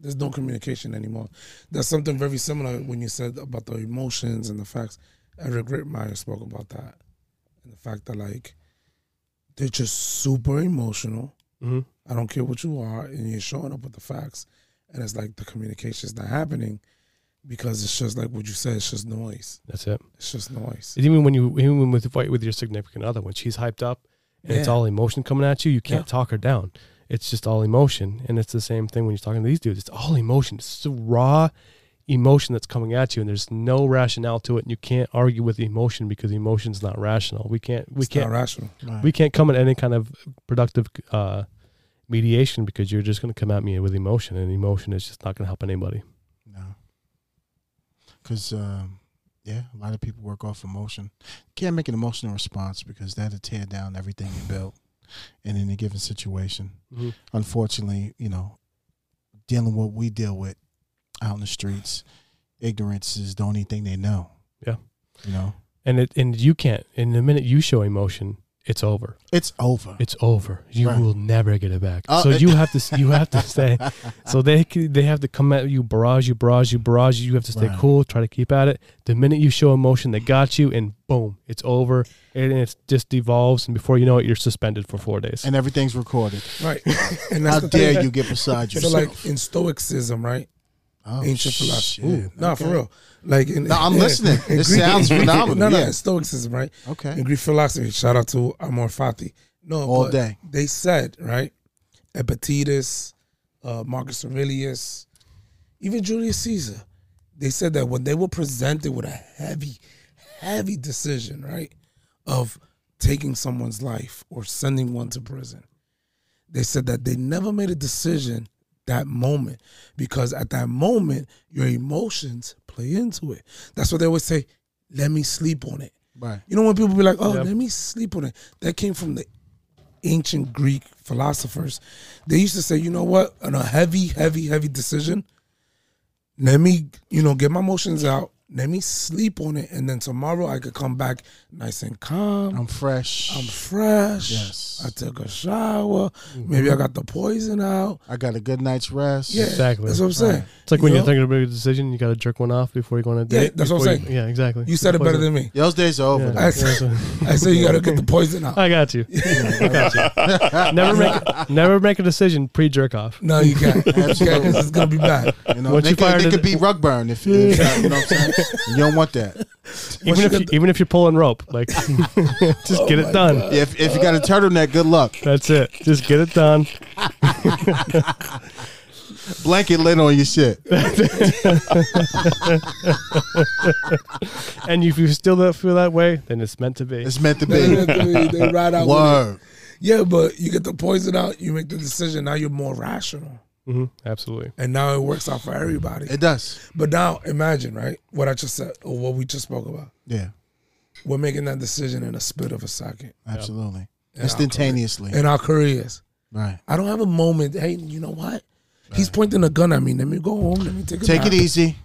There's no communication anymore. That's something very similar when you said about the emotions and the facts. Eric Rittmeyer spoke about that, and the fact that like they're just super emotional.
hmm
I don't care what you are, and you're showing up with the facts, and it's like the communication's not happening because it's just like what you said. It's just noise.
That's it.
It's just noise.
It's even when you even with fight with your significant other, when she's hyped up and it's
Yeah.
all emotion coming at you, you can't
Yeah.
talk her down. It's just all emotion, and it's the same thing when you're talking to these dudes. It's all emotion. It's the raw emotion that's coming at you, and there's no rationale to it. And you can't argue with emotion because emotion's not rational. We can't we
it's
can't
not rational.
Right.
we can't come at any kind of productive uh, mediation because you're just going to come at me with emotion, and emotion is just not going to help anybody.
No. Because, um, yeah, a lot of people work off emotion. Can't make an emotional response because that'll tear down everything you built in any given situation.
Mm-hmm.
Unfortunately, you know, dealing with what we deal with out in the streets, ignorance is the only thing they know.
Yeah.
You know,
And it and you can't. And the minute you show emotion, it's over.
it's over.
It's over. You
Right.
will never get it back.
Oh,
so
it-
you have to s- you have to stay. So they c- they have to come at you, barrage you, barrage you, barrage you. You have to stay
Right.
cool, try to keep at it. The minute you show emotion, they got you, and boom, it's over. And it just devolves, and before you know it, you're suspended for four days.
and everything's recorded.
right? And that's
How
the
dare
thing.
you get beside
So
yourself?
like in Stoicism, right?
oh,
ancient philosophy.
shit.
Ooh, nah, for real. Like in,
No, I'm listening.
in
This
Greek-
sounds phenomenal,
No, no,
yeah.
in Stoicism, right?
Okay.
In Greek philosophy, shout out to Amor Fati. No,
All
but
day.
They said right, Epictetus, uh, Marcus Aurelius, even Julius Caesar. They said that when they were presented with a heavy, heavy decision, right, of taking someone's life or sending one to prison, they said that they never made a decision that moment because at that moment your emotions play into it. That's what they always say. Let me sleep on it.
Right.
You know when people be like, "Oh,
Yep.
let me sleep on it." That came from the ancient Greek philosophers. They used to say, "You know what? On a heavy, heavy, heavy decision, let me, you know, get my emotions out. Let me sleep on it, and then tomorrow I could come back nice and calm.
I'm fresh.
I'm fresh.
Yes.
I took a shower. Maybe I got the poison out.
I got a good night's rest.
Yeah,
Exactly.
That's what I'm saying.
It's like when
You
you're
know?
thinking about a decision, you got to jerk one off before you go on a
Yeah,
date.
that's what I'm
before you-
saying.
yeah, exactly.
You said it better than me.
Those days are over.
Yeah.
though.
I said, I said you gotta get the poison out.
I got you. I got you. Never make never make a decision pre jerk off.
No, you can't. You can't 'cause it's gonna be bad.
You know,
Once
they,
you
could,
fired
they
it-
could be rug burn if you, you know what I'm saying. You don't want that.
Even if you, even if you're pulling rope, like just
Oh
get it done.
Yeah, if, if you got a turtleneck, good luck.
That's it. Just get it done.
Blanket lid on your shit.
And if you still don't feel that way, then it's meant to be.
It's meant to
they,
be.
they- they ride out. with it.
Word.
Yeah, but you get the poison out, you make the decision. Now you're more rational,
hmm Absolutely.
and now it works out for everybody.
It does.
But now imagine, right? What I just said, or what we just spoke about.
Yeah,
We're making that decision in a split of a second,
absolutely.
Yeah,
Instantaneously.
in our careers.
Right.
I don't have a moment. Hey, you know what? He's pointing a gun at me. Let me go home. Let me take a
Take
nap.
it easy.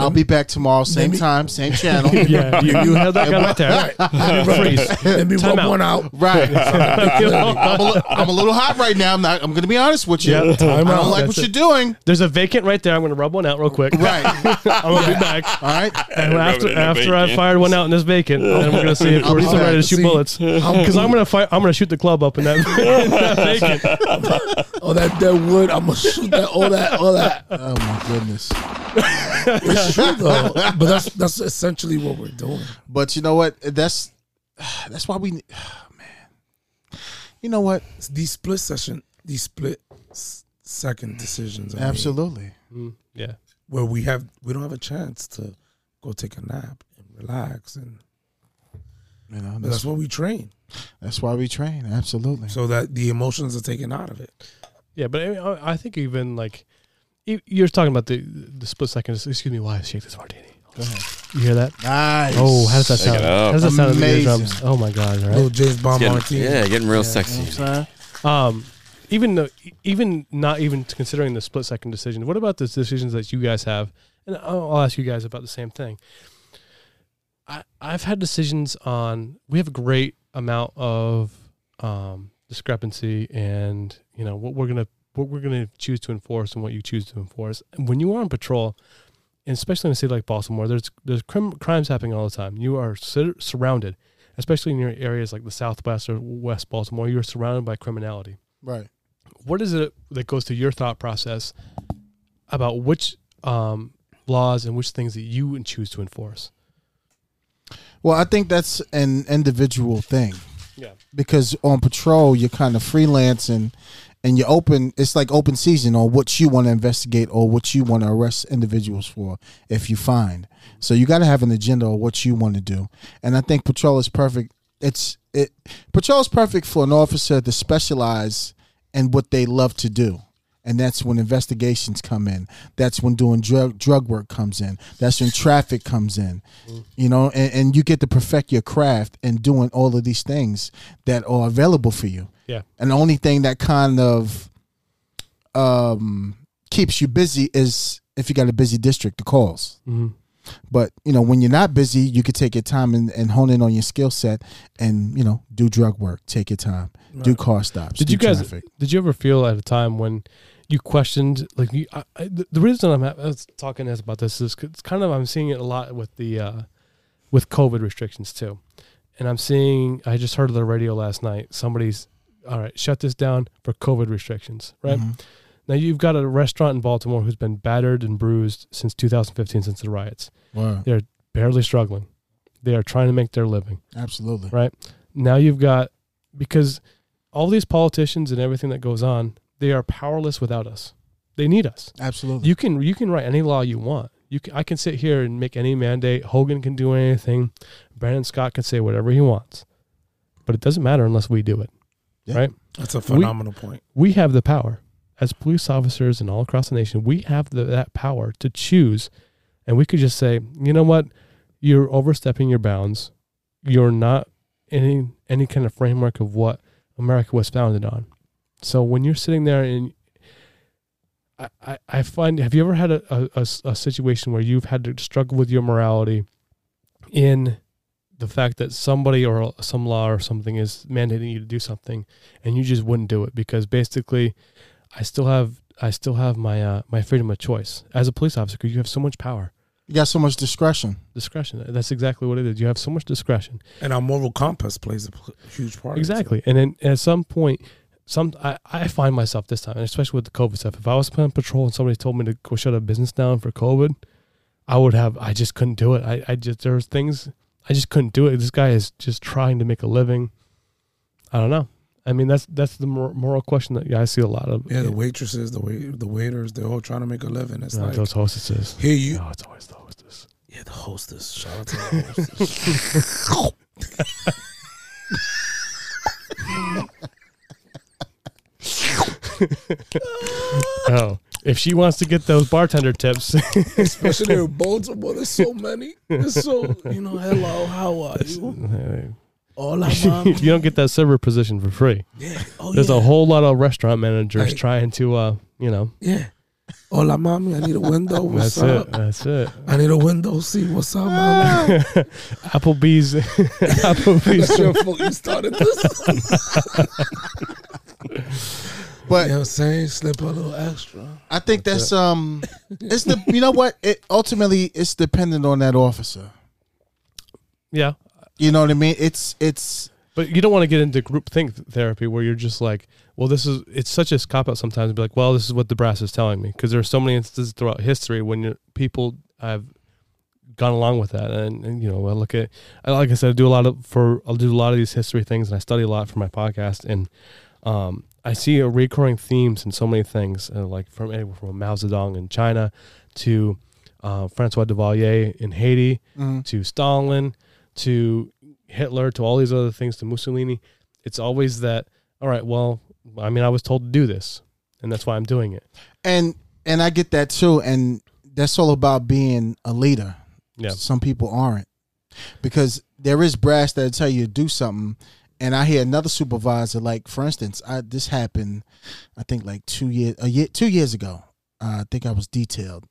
I'll be back tomorrow, same
me-
time, same channel.
Yeah, you, you held that gun right there. Freeze.
Let me
Time
rub
out.
one out.
Right. I'm, a li- I'm a little hot right now. I'm, not, I'm going to be honest with you.
Yeah,
I
time
don't
out.
like
That's
what
it.
you're doing.
There's a vacant right there. I'm gonna rub one out real quick.
Right.
I'm gonna be back.
All right.
And
rub it
after
in the
after I
vacant.
fired one out and it's vacant, then we're gonna see if we're
be
still
back.
ready to shoot
See,
bullets. Because I'm gonna fight. I'm gonna shoot the club up in that, in that vacant.
All Oh, that dead wood. I'm gonna shoot that. All that. All that.
Oh, my goodness.
It's true though. But that's that's essentially what we're doing.
But you know what? That's that's why we, man. You know what?
It's these split session, these split s- second decisions. I mean,
Absolutely.
Yeah.
where we have we don't have a chance to go take a nap and relax, and
You know,
that's
that's,
what we train
that's why we train. Absolutely.
so that the emotions are taken out of it.
Yeah, but I, mean, I I think even like you- you're talking about the the split second. Excuse me, why I shake this martini?
Go ahead.
You hear that?
Nice.
Oh, how does that
Shake it
sound?
up.
How does that sound in the ear
Amazing.
drums? Oh my god! all
Little
Right?
James Bond
Getting-
Martini.
yeah, getting real
You know what
sexy.
I'm saying?
Um, even though, even not even considering the split second decision. What about the decisions that you guys have? And I'll, I'll ask you guys about the same thing. I I've had decisions on. We have a great amount of um, discrepancy, and you know what we're gonna what we're gonna choose to enforce and what you choose to enforce. And when you are on patrol, and especially in a city like Baltimore, there's there's crim- crimes happening all the time. You are sur- surrounded, especially in your areas like the Southwest or West Baltimore. You are surrounded by criminality
Right.
what is it that goes through your thought process about which um, laws and which things that you would choose to enforce?
Well, I think that's an individual thing
Yeah.
because on patrol you're kind of freelancing and you're open. It's like open season on what you want to investigate or what you want to arrest individuals for if you find. So you got to have an agenda on what you want to do, and I think patrol is perfect. It's it patrol is perfect for an officer to specialize and what they love to do. And that's when investigations come in. That's when doing drug drug work comes in. That's when traffic comes in. You know, and, and you get to perfect your craft and doing all of these things that are available for you.
Yeah.
And the only thing that kind of um keeps you busy is if you got a busy district, the calls.
Mm-hmm.
But you know, when you're not busy, you could take your time and, and hone in on your skill set, and you know, do drug work, take your time,
uh,
do car stops.
Did
do
you guys-
Traffic.
Did you ever feel at a time when you questioned, like you? I, I, the the reason I'm ha- I was talking to us about this is 'cause it's kind of I'm seeing it a lot with the uh, with COVID restrictions too, and I'm seeing I just heard on the radio last night somebody's all right shut this down for COVID restrictions, right?
Mhm.
Now you've got a restaurant in Baltimore who's been battered and bruised since 2015, since the riots,
Wow,
barely struggling. They are trying to make their living
absolutely.
right? Now you've got because all these politicians and everything that goes on, they are powerless without us. They need us.
Absolutely.
You can you can write any law you want. You can, I can sit here and make any mandate. Hogan can do anything. Brandon Scott can say whatever he wants, but it doesn't matter unless we do it.
That's a phenomenal point.
We have the power as police officers and all across the nation. We have the, that power to choose, and we could just say, you know what, you're overstepping your bounds. You're not any any kind of framework of what America was founded on. So when you're sitting there and I, I, I find have you ever had a, a- a s- a situation where you've had to struggle with your morality in the fact that somebody or some law or something is mandating you to do something and you just wouldn't do it because basically I still have I still have my uh, my freedom of choice as a police officer 'cause you have so much power
You got so much discretion.
discretion that's exactly what it is you have so much discretion
And our moral compass plays a pl- huge part.
Exactly. And then at some point, some I, I find myself this time, and especially with the COVID stuff. If I was on patrol and somebody told me to go shut a business down for COVID, I would have. I just couldn't do it. I, I just there's things I just couldn't do it. This guy is just trying to make a living. I don't know. I mean, that's that's the mor- moral question that I see a lot of.
Into it. Yeah, the waitresses, the wait, the waiters, they're all trying to make a living. It's
Uh,
like
those hostesses.
here you.
No, it's always the hostess.
Yeah, the hostess. Shout out to the hostess.
Oh, if she wants to get those bartender tips,
Especially in Baltimore, there's so many. There's so you know. Hello, how are you?
you
Hola, mom.
don't get that server position for free.
Yeah. Oh,
There's
yeah.
a whole lot of restaurant managers
Hey.
trying to, uh, you know,
Yeah. Hola, mommy. I need a window. What's
that's
up?
it. That's it.
I need a window seat. What's up, mommy?
Applebee's, Applebee's.
That's your fault. You started this. you know
But
what I'm saying? Slip a little extra.
I think that's um, it's the you know what? It ultimately it's dependent on that officer.
yeah,
You know what I mean? It's it's
but you don't want to get into group think therapy where you're just like, well, this is it's such a cop out sometimes. to Be like, well, this is what the brass is telling me because there are so many instances throughout history when you people have gone along with that, and, and you know, I look at, I- like I said, I do a lot of for I'll do a lot of these history things, and I study a lot for my podcast, and um, I see a recurring themes in so many things, uh, like from anywhere from Mao Zedong in China to uh, Francois Duvalier in Haiti
mm,
to Stalin to Hitler to all these other things to Mussolini. It's always that, all right, well, I mean, I was told to do this, and that's why I'm doing it.
and and I get that too. And that's all about being a leader.
Yeah.
Some people aren't because there is brass that tell you to do something. And I hear another supervisor, like for instance, I this happened, I think like two years, a year, two years ago. Uh, I think I was detailed,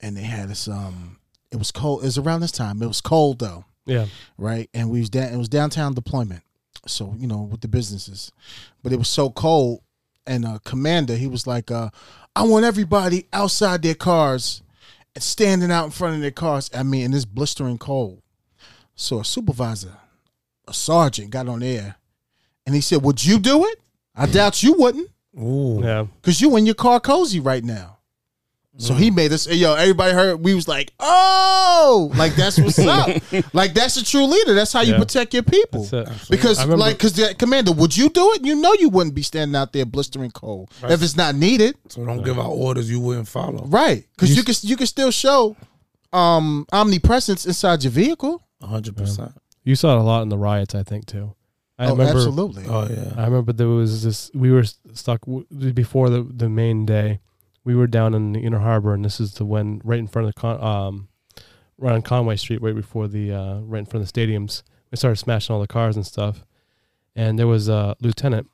and they had us. Um, it was cold. It was around this time. It was cold though
Yeah.
right? And we was down. It was downtown deployment, so you know with the businesses, but it was so cold. And uh, commander, he was like, uh, "I want everybody outside their cars, and standing out in front of their cars. I mean, in this blistering cold." So a supervisor, a sergeant, got on air, and he said, "Would you do it? I doubt you wouldn't,
Ooh.
Yeah.
cause you in your car cozy right now." So
Mm.
he made us, yo, everybody heard, we was like, oh, like that's what's up. Like that's a true leader. That's how you
Yeah.
protect your people.
That's it.
Because
I remember-
like, because the commander, would you do it? You know, you wouldn't be standing out there blistering cold if it's not needed,
So don't give out orders you wouldn't follow.
right? Because you, can you can still show um omnipresence inside your vehicle.
100%.
You saw it a lot in the riots, I think, too. I
oh,
remember. uh,
absolutely.
Oh yeah.
I remember there was this. We were s- stuck w- before the the main day. We were down in the Inner Harbor, and this is the one right in front of the con, um, right on Conway Street, right before the uh, right in front of the stadiums. We started smashing all the cars and stuff, and there was a lieutenant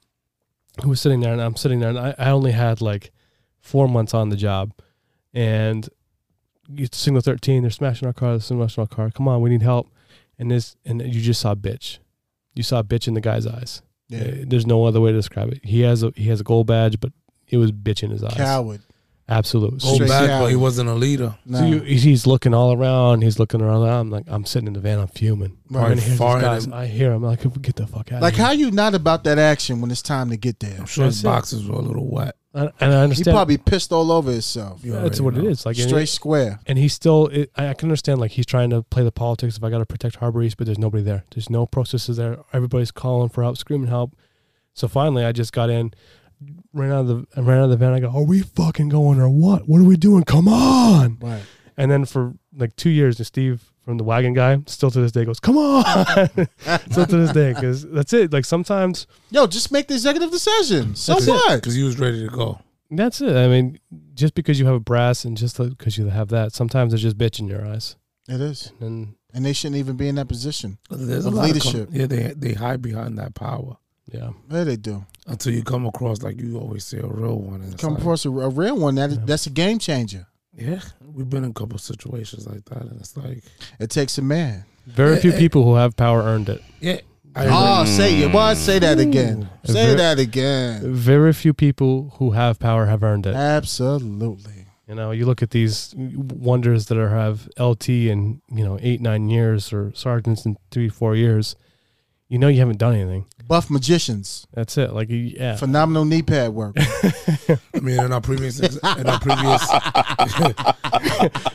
who was sitting there, and I'm sitting there, and I, I only had like four months on the job, and you single thirteen, they're smashing our car, they're smashing our car. Come on, we need help, and this, and you just saw bitch, you saw bitch in the guy's eyes.
yeah.
Uh, There's no other way to describe it. He has a he has a gold badge, but it was bitch in his eyes.
Coward.
Absolute.
Go
Straight
back,
down.
but he wasn't a leader.
Nah.
So you, he's looking all around. He's looking around. I'm like, I'm sitting in the van. I'm fuming.
Right.
And here's
Farting.
this guy's- I hear him. I'm like, get the fuck out.
like,
of here.
how you not about that action when it's time to get there?
I'm sure his
That's it.
boxes were a little wet.
And, and I
He
understand.
probably pissed all over himself.
You
that's
already
what
know.
it is. Like, and
Straight
he-
square.
and he's still. It, I, I can understand. Like, he's trying to play the politics. If I got to protect Harbor East, but there's nobody there. There's no processes there. Everybody's calling for help, screaming help. So finally, I just got in. Ran out of the I ran out of the van. I go, are we fucking going or what? What are we doing? Come on!
Right.
And then for like two years, and Steve from the wagon guy still to this day goes, "Come on!" still to this day, because that's it. Like sometimes
Yo, just make the executive decision. So
That's it.
what?
Because he was ready to go.
that's it. I mean, just because you have a brass and just because you have that, sometimes there's just bitch in your eyes.
It is.
And
And they shouldn't even be in that position.
There's
Of
lot com-
leadership.
yeah, they they hide behind that power
yeah,
Yeah, they do.
until you come across like you always say a real one. And it's
Come
like,
across a, a real one that
Yeah.
that's a game changer.
Yeah, we've been in a couple situations like that, and it's like
It takes a man.
very few
Eh, eh.
people who have power earned it.
yeah. I agree.
Oh, say it. Why say that again?
Mm. Ooh.
Say
Ver-
that again.
Very few people who have power have earned it.
Absolutely.
You know, you look at these wonders that are have LT in you know eight nine years or sergeants in three four years. You know, you haven't done anything.
Buff magicians.
That's it. Like, yeah.
Phenomenal knee pad work.
I mean, in our previous, ex- in our previous,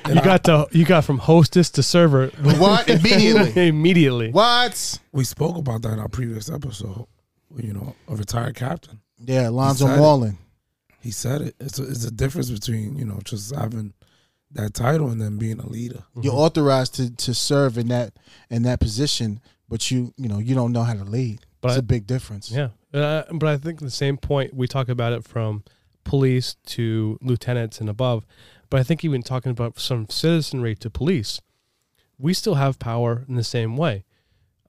You got to you got from hostess to server
what? Immediately.
immediately.
What?
we spoke about that in our previous episode. You know, a retired captain.
Yeah, Alonzo
Decided.
Moreland.
Mm-hmm.
He said it. It's a, it's a difference between you know just having that title and then being a leader.
You're authorized to, to serve in that in that position, but you you know you don't know how to lead.
But
it's
I-
a big difference.
Yeah, uh, but I think the same point we talk about it from police to lieutenants and above, but I think even talking about some citizenry to police, we still have power in the same way.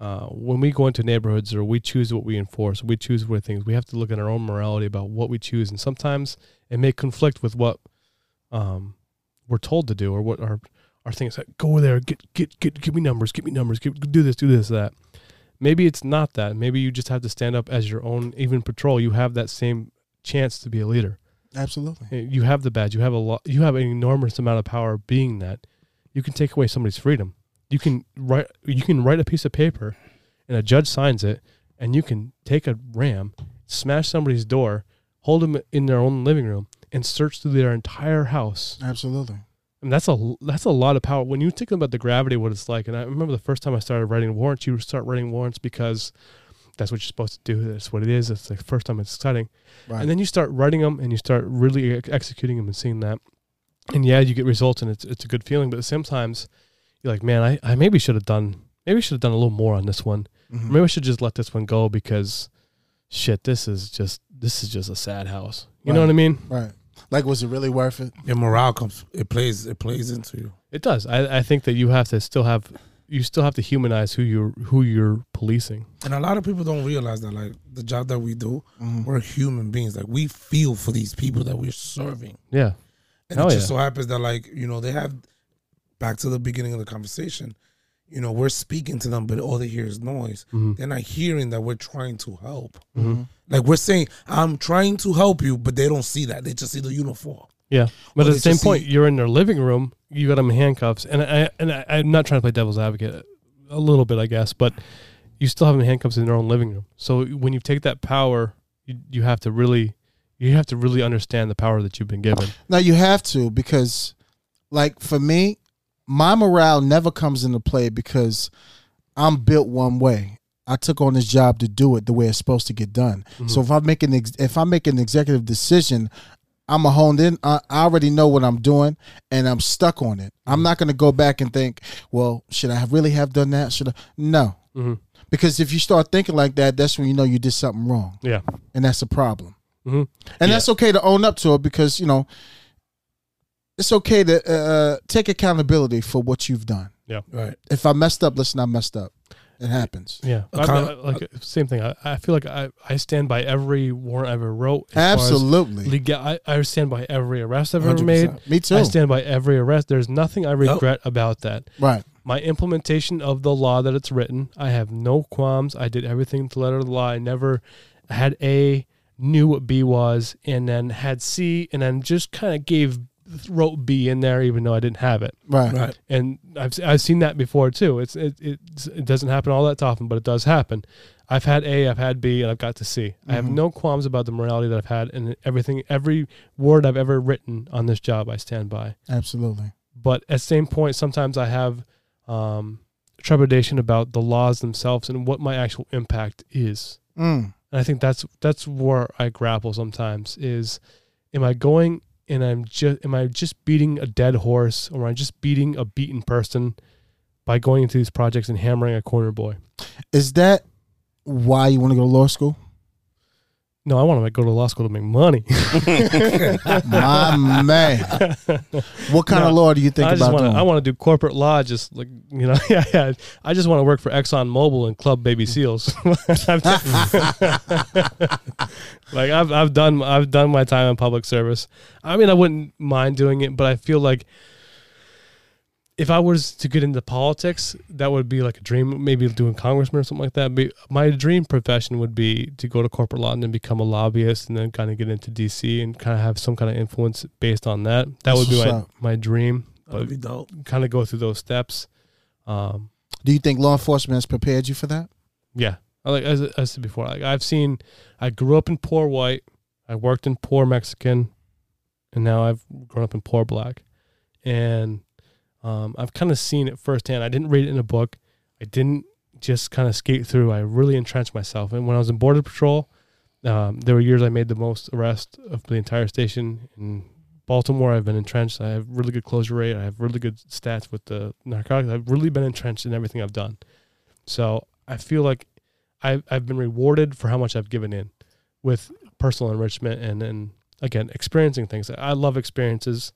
Uh, when we go into neighborhoods or we choose what we enforce, we choose what things we have to look at our own morality about what we choose, and sometimes it may conflict with what um, we're told to do or what our our thing is like. Go over there, get get get, give me numbers, give me numbers, give, do this, do this, that maybe it's not that. Maybe you just have to stand up as your own, even patrol. You have that same chance to be a leader. Eh,
Absolutely.
You have the badge. You have a lot. You have an enormous amount of power. Being that, you can take away somebody's freedom. You can write. You can write a piece of paper, and a judge signs it, and you can take a ram, smash somebody's door, hold them in their own living room, and search through their entire house.
Absolutely.
I mean, that's a that's a lot of power. When you think about the gravity, of what it's like, and I remember the first time I started writing warrants, you start writing warrants because that's what you're supposed to do. That's what it is. It's the first time it's exciting,
Right.
and then you start writing them and you start really ex- executing them and seeing that. And yeah, you get results, and it's it's a good feeling. But sometimes you're like, man, I, I maybe should have done maybe should have done a little more on this one.
Mhm.
Maybe I should just let this one go because shit, this is just this is just a sad house. You know
Right.
what I mean?
Right. Like, was it really worth it?
Your morale comes. It plays. It plays into you.
It does. I, I think that you have to still have you still have to humanize who you're who you're policing.
And a lot of people don't realize that like the job that we do, we're human beings. Like we feel for these people that we're serving.
Yeah.
And
Hell
it just so
yeah.
happens that, like, you know, they have back to the beginning of the conversation, you know, we're speaking to them, but all they hear is noise.
Mm-hmm.
They're not hearing that we're trying to help. Like, we're saying, I'm trying to help you, but they don't see that. They just see the uniform.
Yeah. But
Well,
at
they
the same
just
point,
see-
you're in their living room, you got them in handcuffs, and I and I, I'm not trying to play devil's advocate a little bit, I guess, but you still have them in handcuffs in their own living room. So when you take that power, you, you have to really you have to really understand the power that you've been given.
No, you have to because, like, for me, my morale never comes into play because I'm built one way. I took on this job to do it the way it's supposed to get done. So if I make an ex- if I make an executive decision, I'm a honed in. I, I already know what I'm doing, and I'm stuck on it. I'm not going to go back and think, well, should I have really have done that? Should I? No,
Mhm.
Because if you start thinking like that, that's when you know you did something wrong.
Yeah.
And that's a problem.
Mhm.
And
Yeah.
that's okay to own up to it because, you know, it's okay to uh, take accountability for what you've done.
Right.
If I messed up, listen, I messed up. It happens.
Yeah,
A
I-
con-
I- like same thing. I, I feel like I, I stand by every warrant I ever wrote. as far as
Absolutely.
Legal, I, I stand by every arrest I've ever made.
100%.
Me too.
I stand by every arrest. There's nothing I regret about that.
right.
My implementation of the law that it's written, I have no qualms. I did everything to letter of the law. I never had A, knew what B was, and then had C, and then just kind of gave wrote B in there even though I didn't have it.
Right.
Right.
and I've I've seen that before too. It's it it's, it doesn't happen all that often, but it does happen. I've had A, I've had B, and I've got to C. I have
Mhm.
no qualms about the morality that I've had, and everything, every word I've ever written on this job, I stand by.
Absolutely.
But at the same point, sometimes I have um, trepidation about the laws themselves and what my actual impact is.
Mm.
And I think that's that's where I grapple sometimes is am I going and I'm just am I just beating a dead horse or am I just beating a beaten person by going into these projects and hammering a corner boy?
Is that why you want to go to law school?
No, I want to go to law school to make money.
My man. What kind of
No,
law do you think
I just
about
want to
doing?
I want to do corporate law just like, you know, yeah, yeah. I just want to work for Exxon Mobil and Club Baby Seals. I'm just- like I've I've done I've done my time in public service. I mean, I wouldn't mind doing it, but I feel like if I was to get into politics, that would be like a dream. Maybe doing congressman or something like that. Be, my dream profession would be to go to corporate law and then become a lobbyist, and then kind of get into DC and kind of have some kind of influence based on that. That
That's
would be
what's
my,
up.
my dream.
That'd
But
be dope.
kind of go through those steps. Um,
do you think law enforcement has prepared you for that?
yeah, I like as I said before, like I've seen. I grew up in poor white. I worked in poor Mexican, and now I've grown up in poor black, and um, I've kind of seen it firsthand. I didn't read it in a book. I didn't just kind of skate through. I really entrenched myself. And when I was in border patrol, um, there were years I made the most arrest of the entire station in Baltimore. I've been entrenched. I have really good closure rate. I have really good stats with the narcotics. I've really been entrenched in everything I've done. So I feel like I've, I've been rewarded for how much I've given in with personal enrichment and then again experiencing things. I love experiences,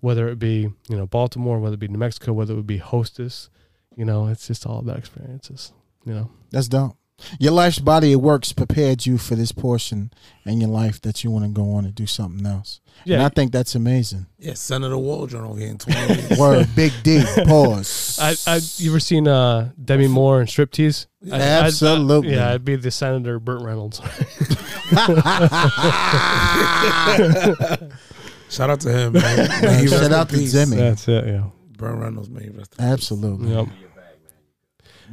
whether it be you know Baltimore, whether it be New Mexico, whether it would be Hostess. You know, it's just all about experiences. You know,
That's dope. Your life's body of works prepared you for this portion in your life that you want to go on and do something else. And
yeah.
I think that's amazing.
Yeah, Senator Waldron over here in 20 years.
Word, big D, pause.
I, I, you ever seen uh, Demi Moore and striptease? I- I'd- I'd-
Absolutely.
yeah, I'd be the Senator Burt Reynolds.
Shout out to him, man. May he rest
Shout
in
out to
peace.
Jimmy.
it. Yeah.
Burn Reynolds, may he rest in
Absolutely.
Yep.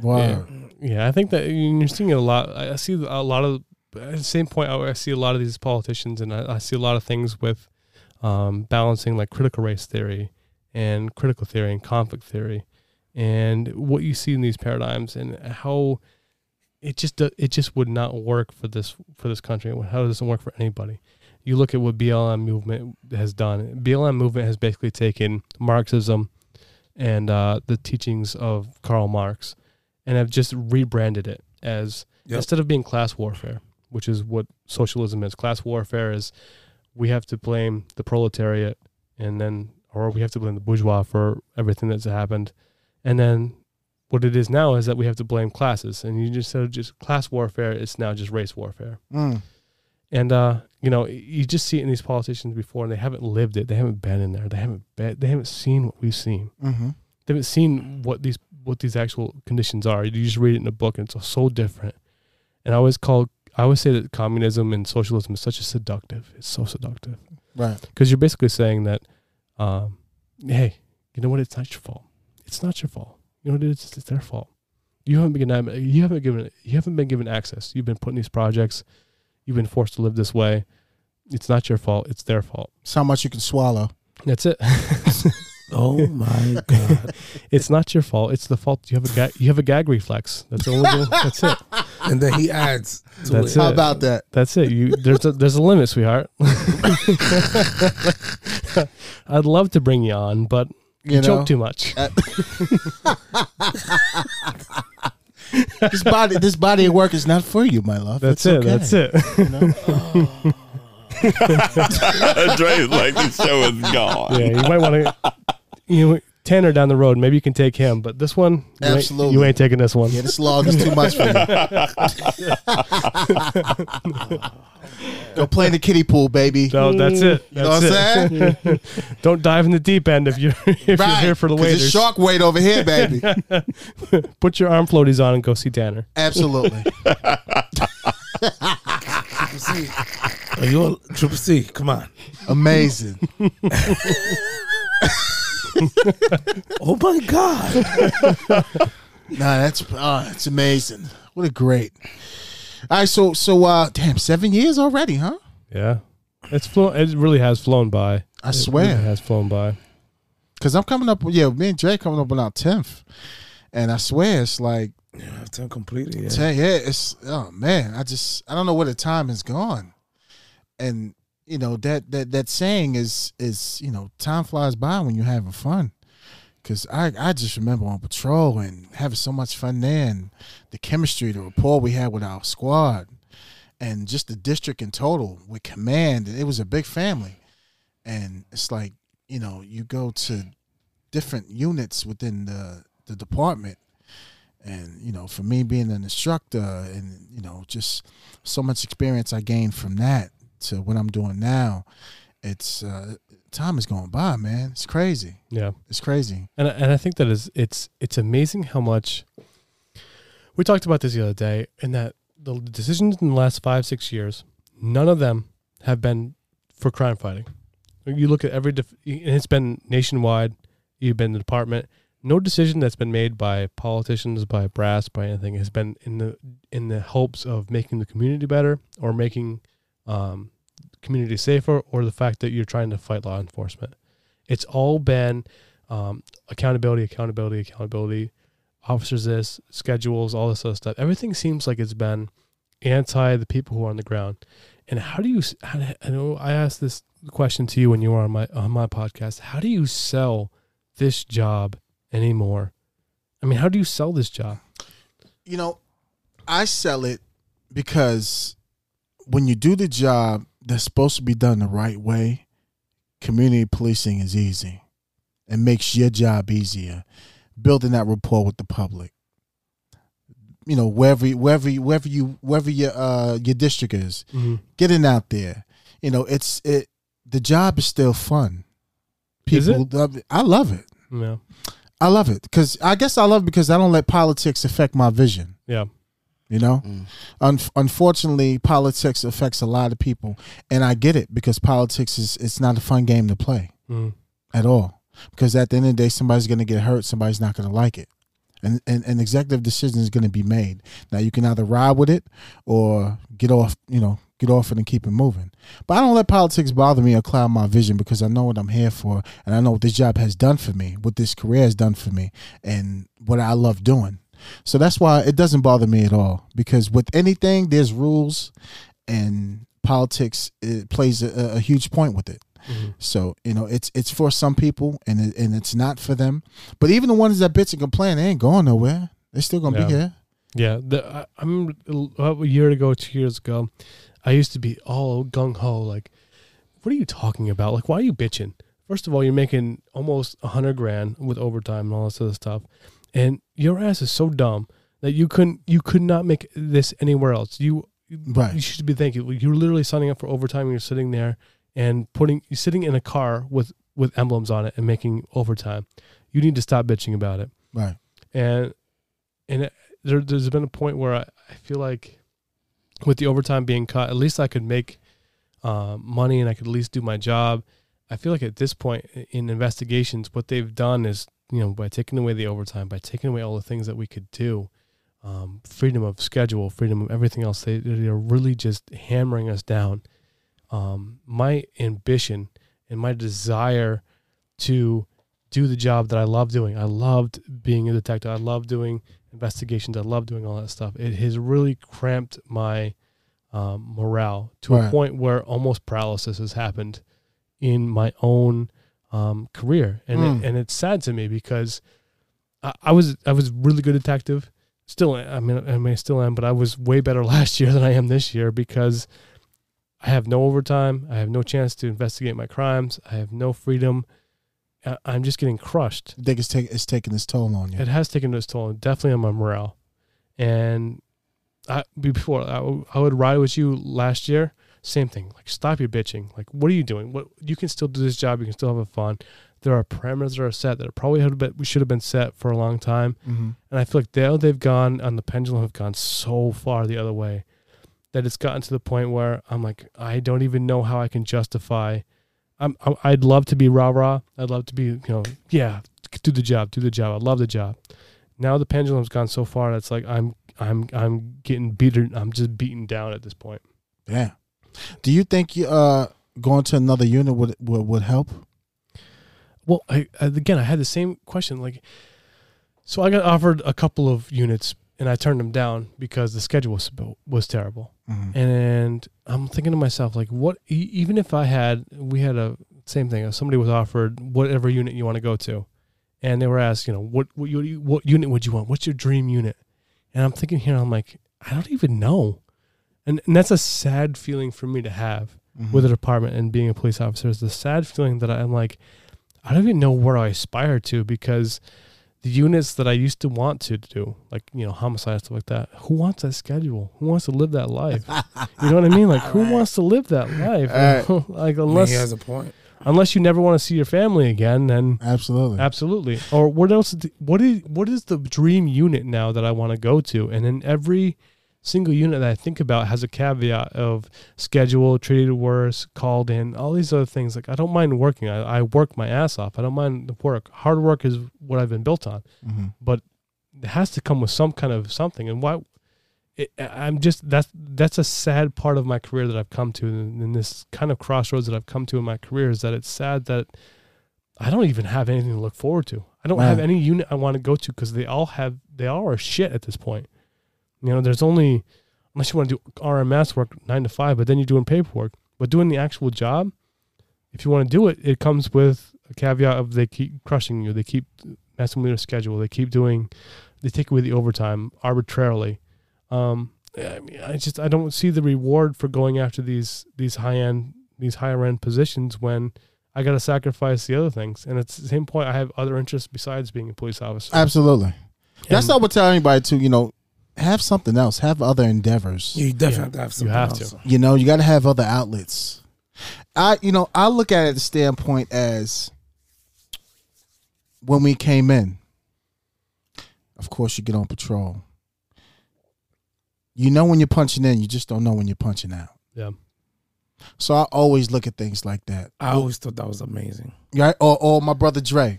Wow.
Yeah, I think that and you're seeing it a lot. I I see a lot of at the same point. I I see a lot of these politicians, and I, I see a lot of things with um, balancing like critical race theory and critical theory and conflict theory, and what you see in these paradigms and how it just do- it just would not work for this for this country. How it doesn't work for anybody. You look at what BLM movement has done. BLM movement has basically taken Marxism and uh, the teachings of Karl Marx and have just rebranded it as
Yep.
instead of being class warfare, which is what socialism is. Class warfare is we have to blame the proletariat and then or we have to blame the bourgeois for everything that's happened. And then what it is now is that we have to blame classes. And you just instead of just class warfare, it's now just race warfare.
Mm.
And uh, you know, you just see it in these politicians before, and they haven't lived it. They haven't been in there. They haven't been, they haven't seen what we've seen.
hmm
They haven't seen what these what these actual conditions are. You just read it in a book, and it's so different. And I always call I always say that communism and socialism is such a seductive. It's so seductive
Right.
because you're basically saying that, um, hey, you know what? It's not your fault. It's not your fault. You know what it is? It's their fault. You haven't been you haven't given you haven't been given access. You've been put in these projects. You've been forced to live this way. It's not your fault. It's their fault.
It's how much you can swallow.
That's it.
peace. Oh my God!
it's not your fault. It's the fault. You have a gag, you have a gag reflex. That's the only. that's it.
And then he adds to
That's
it.
How
it.
about that?
That's it. You there's a, there's a limit, sweetheart. I'd love to bring you on, but you,
You know?
choke too much.
this body, this body of work is not for you, my love.
That's it.
It's okay.
That's it.
You know?
Dre's like the show is
yeah,
gone.
you might want to. You know, Tanner down the road, maybe you can take him, but this one, you ain't-
Absolutely.
you ain't taking this one.
Yeah, this log is too much for you. Go play in the kiddie pool, baby.
No, that's it.
you know what
That's it.
I'm saying?
Don't dive in the deep end if you're if you're here for the
'cause It's
waiters.
shark weight over here, baby.
Put your arm floaties on and go see Tanner.
Absolutely.
Are you all triple C? Come on.
Amazing.
Oh my God.
Nah, that's uh, it's amazing. What a great. All right, so so uh damn, seven years already, huh?
Yeah, it's flown. It really has flown by.
I
It
swear.
really has flown by.
Cause I'm coming up yeah, me and Jay coming up on our tenth. And I swear it's like
Yeah, I've done completely. Yeah.
ten yeah, it's oh man, I just I don't know where the time has gone. And you know, that that that saying is is, you know, time flies by when you're having fun. Cause I, I just remember on patrol and having so much fun there and the chemistry, the rapport we had with our squad and just the district in total with command. It was a big family. And it's like, you know, you go to different units within the, the department. And, you know, for me being an instructor and, you know, just so much experience I gained from that to what I'm doing now, it's uh, time is going by, man. It's crazy.
Yeah.
It's crazy.
And I- and I think that is it's it's amazing how much we talked about this the other day, and that the decisions in the last five six years, none of them have been for crime fighting. You look at every def- and it's been nationwide. You've been the department. No decision that's been made by politicians, by brass, by anything has been in the in the hopes of making the community better or making um, community safer, or the fact that you're trying to fight law enforcement. It's all been um, accountability, accountability, accountability, officers this, schedules, all this other stuff. Everything seems like it's been anti the people who are on the ground. And how do you? s- How, do- I know I asked this question to you when you were on my on my podcast. How do you sell this job anymore? I mean, how do you sell this job?
you know, I sell it because when you do the job that's supposed to be done the right way, community policing is easy. It makes your job easier, building that rapport with the public. You know, wherever wherever wherever you wherever your uh, your district is, getting out there. You know, it's it. The job is still fun. People,
Is it?
love it. I love it.
Yeah,
I love it because I guess I love it because I don't let politics affect my vision.
yeah,
You know, Un- unfortunately, politics affects a lot of people, and I get it because politics is it's not a fun game to play
mm.
at all. Because at the end of the day, somebody's going to get hurt, somebody's not going to like it, and and an executive decision is going to be made. Now you can either ride with it or get off. You know, get off it and keep it moving. But I don't let politics bother me or cloud my vision because I know what I'm here for, and I know what this job has done for me, what this career has done for me, and what I love doing. So that's why it doesn't bother me at all because with anything, there's rules and politics it plays a, a huge point with it. So you know it's it's for some people and it, and it's not for them. But even the ones that bitch and complain, they ain't going nowhere. They're still gonna
Yeah.
be here.
yeah. The, I, I'm about a year ago, two years ago, I used to be all gung ho, like, what are you talking about? Like, why are you bitching? First of all, you're making almost a hundred grand with overtime and all this other stuff, and your ass is so dumb that you couldn't, you could not make this anywhere else. You,
Right.
you should be thanking. like, You're literally signing up for overtime. and You're sitting there and putting, you're sitting in a car with with emblems on it and making overtime. You need to stop bitching about it
Right.
and and it, there, there's been a point where I, I feel like with the overtime being cut, at least I could make um, money and I could at least do my job. I feel like at this point i- in investigations, what they've done is you know by taking away the overtime, by taking away all the things that we could do, um, freedom of schedule, freedom of everything else, they they're really just hammering us down. Um, my ambition and my desire to do the job that I love doing. I loved being a detective. I love doing investigations. I love doing all that stuff. It has really cramped my um, morale to
Right.
a point where almost paralysis has happened in my own um, career, and
Mm.
it, and it's sad to me because I, I was I was a really good detective. still, I mean, I may still am, but I was way better last year than I am this year because I have no overtime. I have no chance to investigate my crimes. I have no freedom. I, I'm just getting crushed.
You think it's, take, it's taking its toll on you?
It has taken its toll, definitely on my morale. And I before I, w- I would ride with you last year. Same thing. Like stop your bitching. Like what are you doing? What you can still do this job. You can still have a fun. There are parameters that are set that probably have been, we should have been set for a long time.
Mm-hmm.
And I feel like now they've gone on the pendulum have gone so far the other way that it's gotten to the point where I'm like, I don't even know how I can justify. I'm, I'm I'd love to be rah rah. I'd love to be you know yeah, do the job, do the job. I love the job. Now the pendulum's gone so far that's like I'm I'm I'm getting beaten. I'm just beaten down at this point.
Yeah. Do you think you, uh, going to another unit would would, would help?
Well, I, I- again, I had the same question. Like, so I got offered a couple of units and I turned them down because the schedule was was terrible.
Mm-hmm.
And I'm thinking to myself, like, what? e- Even if I had, we had a same thing. uh, Somebody was offered whatever unit you want to go to, and they were asked, you know, what what, you, what unit would you want? What's your dream unit? And I'm thinking here, I'm like, I don't even know, and and that's a sad feeling for me to have
Mm-hmm.
with
Mm.
a department and being a police officer is the sad feeling that I'm like, I don't even know where I aspire to because the units that I used to want to do, like, you know, homicide and stuff like that, who wants that schedule? Who wants to live that life? You know what I mean? Like, who wants to live that life? like,
I mean,
unless,
he has a point.
unless you never want to see your family again, then
Absolutely.
absolutely. Or what else? d- What is, what is the dream unit now that I want to go to? And then every single unit that I think about has a caveat of schedule, treated worse, called in, all these other things. Like I don't mind working. I, I work my ass off. I don't mind the work. Hard work is what I've been built on
mm-hmm.
but it has to come with some kind of something. And why? It, I'm just that's that's a sad part of my career that I've come to, and, and this kind of crossroads that I've come to in my career is that it's sad that I don't even have anything to look forward to. I don't
Wow.
have any unit I want to go to because they all have they all are shit at this point. You know, there's only unless you want to do RMS work nine to five, but then you're doing paperwork. But doing the actual job, if you want to do it, it comes with a caveat of they keep crushing you, they keep messing with your schedule, they keep doing, they take away the overtime arbitrarily. Um, I mean, I just I don't see the reward for going after these these high end these higher end positions when I got to sacrifice the other things. And it's the same point. I have other interests besides being a police officer.
Absolutely. That's
And-
what I would tell anybody to you know have something else, have other endeavors.
You definitely
Yeah,
have to have
you
something
have
else.
to.
You know, you got to have other outlets. I, you know, I look at it the standpoint as when we came in. Of course, you get on patrol. You know when you're punching in, you just don't know when you're punching out.
Yeah.
So I always look at things like that.
I always thought that was amazing.
Right? Or, or my brother Dre.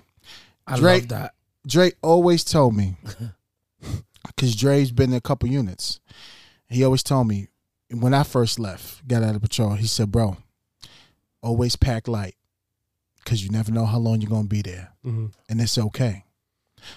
I
Drake-
love that.
Dre always told me, because Dre's been in a couple units, he always told me when I first left, got out of patrol, he said, Bro, always pack light because you never know how long you're going to be there,
hmm
and it's okay.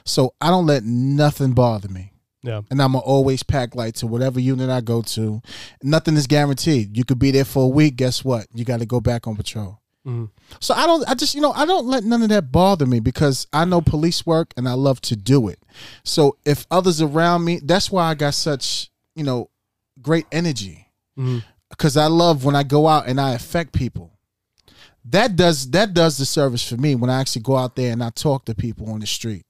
So I don't let nothing bother me.
Yeah.
And I'm going to always pack light to whatever unit I go to. Nothing is guaranteed. You could be there for a week. Guess what? You got to go back on patrol.
hmm
So I don't. I just you know I don't let none of that bother me because I know police work and I love to do it. So if others around me, that's why I got such you know great energy
hmm
because I love when I go out and I affect people. That does that does the service for me when I actually go out there and I talk to people on the street,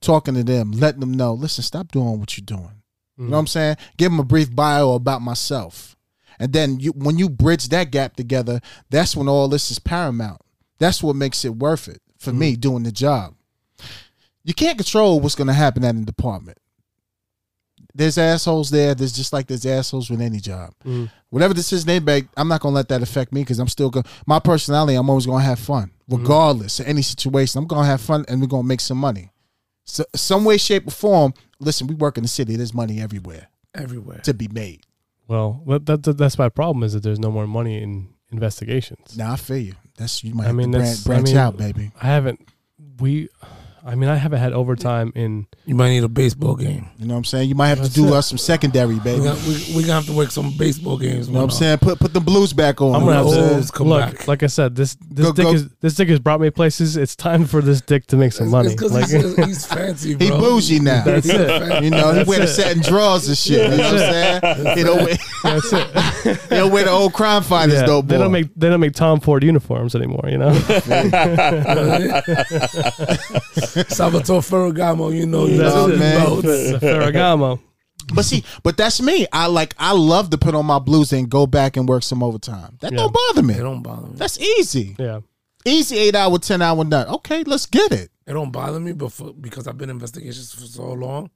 talking to them, letting them know, listen, stop doing what you're doing. You know what I'm saying? Give them a brief bio about myself. And then you, when you bridge that gap together, that's when all this is paramount. That's what makes it worth it for me doing the job. You can't control what's going to happen at a department. There's assholes there. There's just like there's assholes with any job.
Mhm.
Whatever decision they make, I'm not going to let that affect me because I'm still going. My personality, I'm always going to have fun,
Mm-hmm.
regardless of any situation. I'm going to have fun and we're going to make some money. So, some way, shape, or form. Listen, we work in the city. There's money everywhere
Everywhere.
to be made.
Well, that, that, that- that's my problem is that there's no more money in investigations.
Now I feel you. That's you might
I
have
mean,
to
that's-
branch, branch
I mean-
out, baby.
I haven't. We, I mean, I haven't had overtime in.
You might need a baseball game.
You know what I'm saying? You might have
That's
to do
it.
us some secondary,
We
baby.
got, we, we gonna have to work some baseball games.
You know what I'm saying?
man.
Put put the blues back on.
I'm gonna
you know what
have
I'm
Wolves
to
come
look.
back.
Like I said, this this
Go-
dick
go-
is this dick has brought me places. It's time for this dick to make some
It's-
money.
It's because
Like,
he's, he's fancy, bro.
He bougie now.
That's
He's
it.
fancy.
You know, he
That's
wear the
it.
satin drawers and shit. You know what I'm saying? He don't wear,
that's it.
he don't wear the old crime fighters
Yeah,
though, boy.
they don't make they don't make Tom Ford uniforms anymore. You know.
Salvatore Ferragamo, you know, you
That's
know,
it,
man.
boats.
the Ferragamo.
but see, but that's me. I like I love to put on my blues and go back and work some overtime. That
Yeah.
don't bother me.
It don't bother me.
That's easy.
Yeah.
Easy eight hour, ten hour nut. Okay, let's get it.
It don't bother me, but for, because I've been in investigations for so long,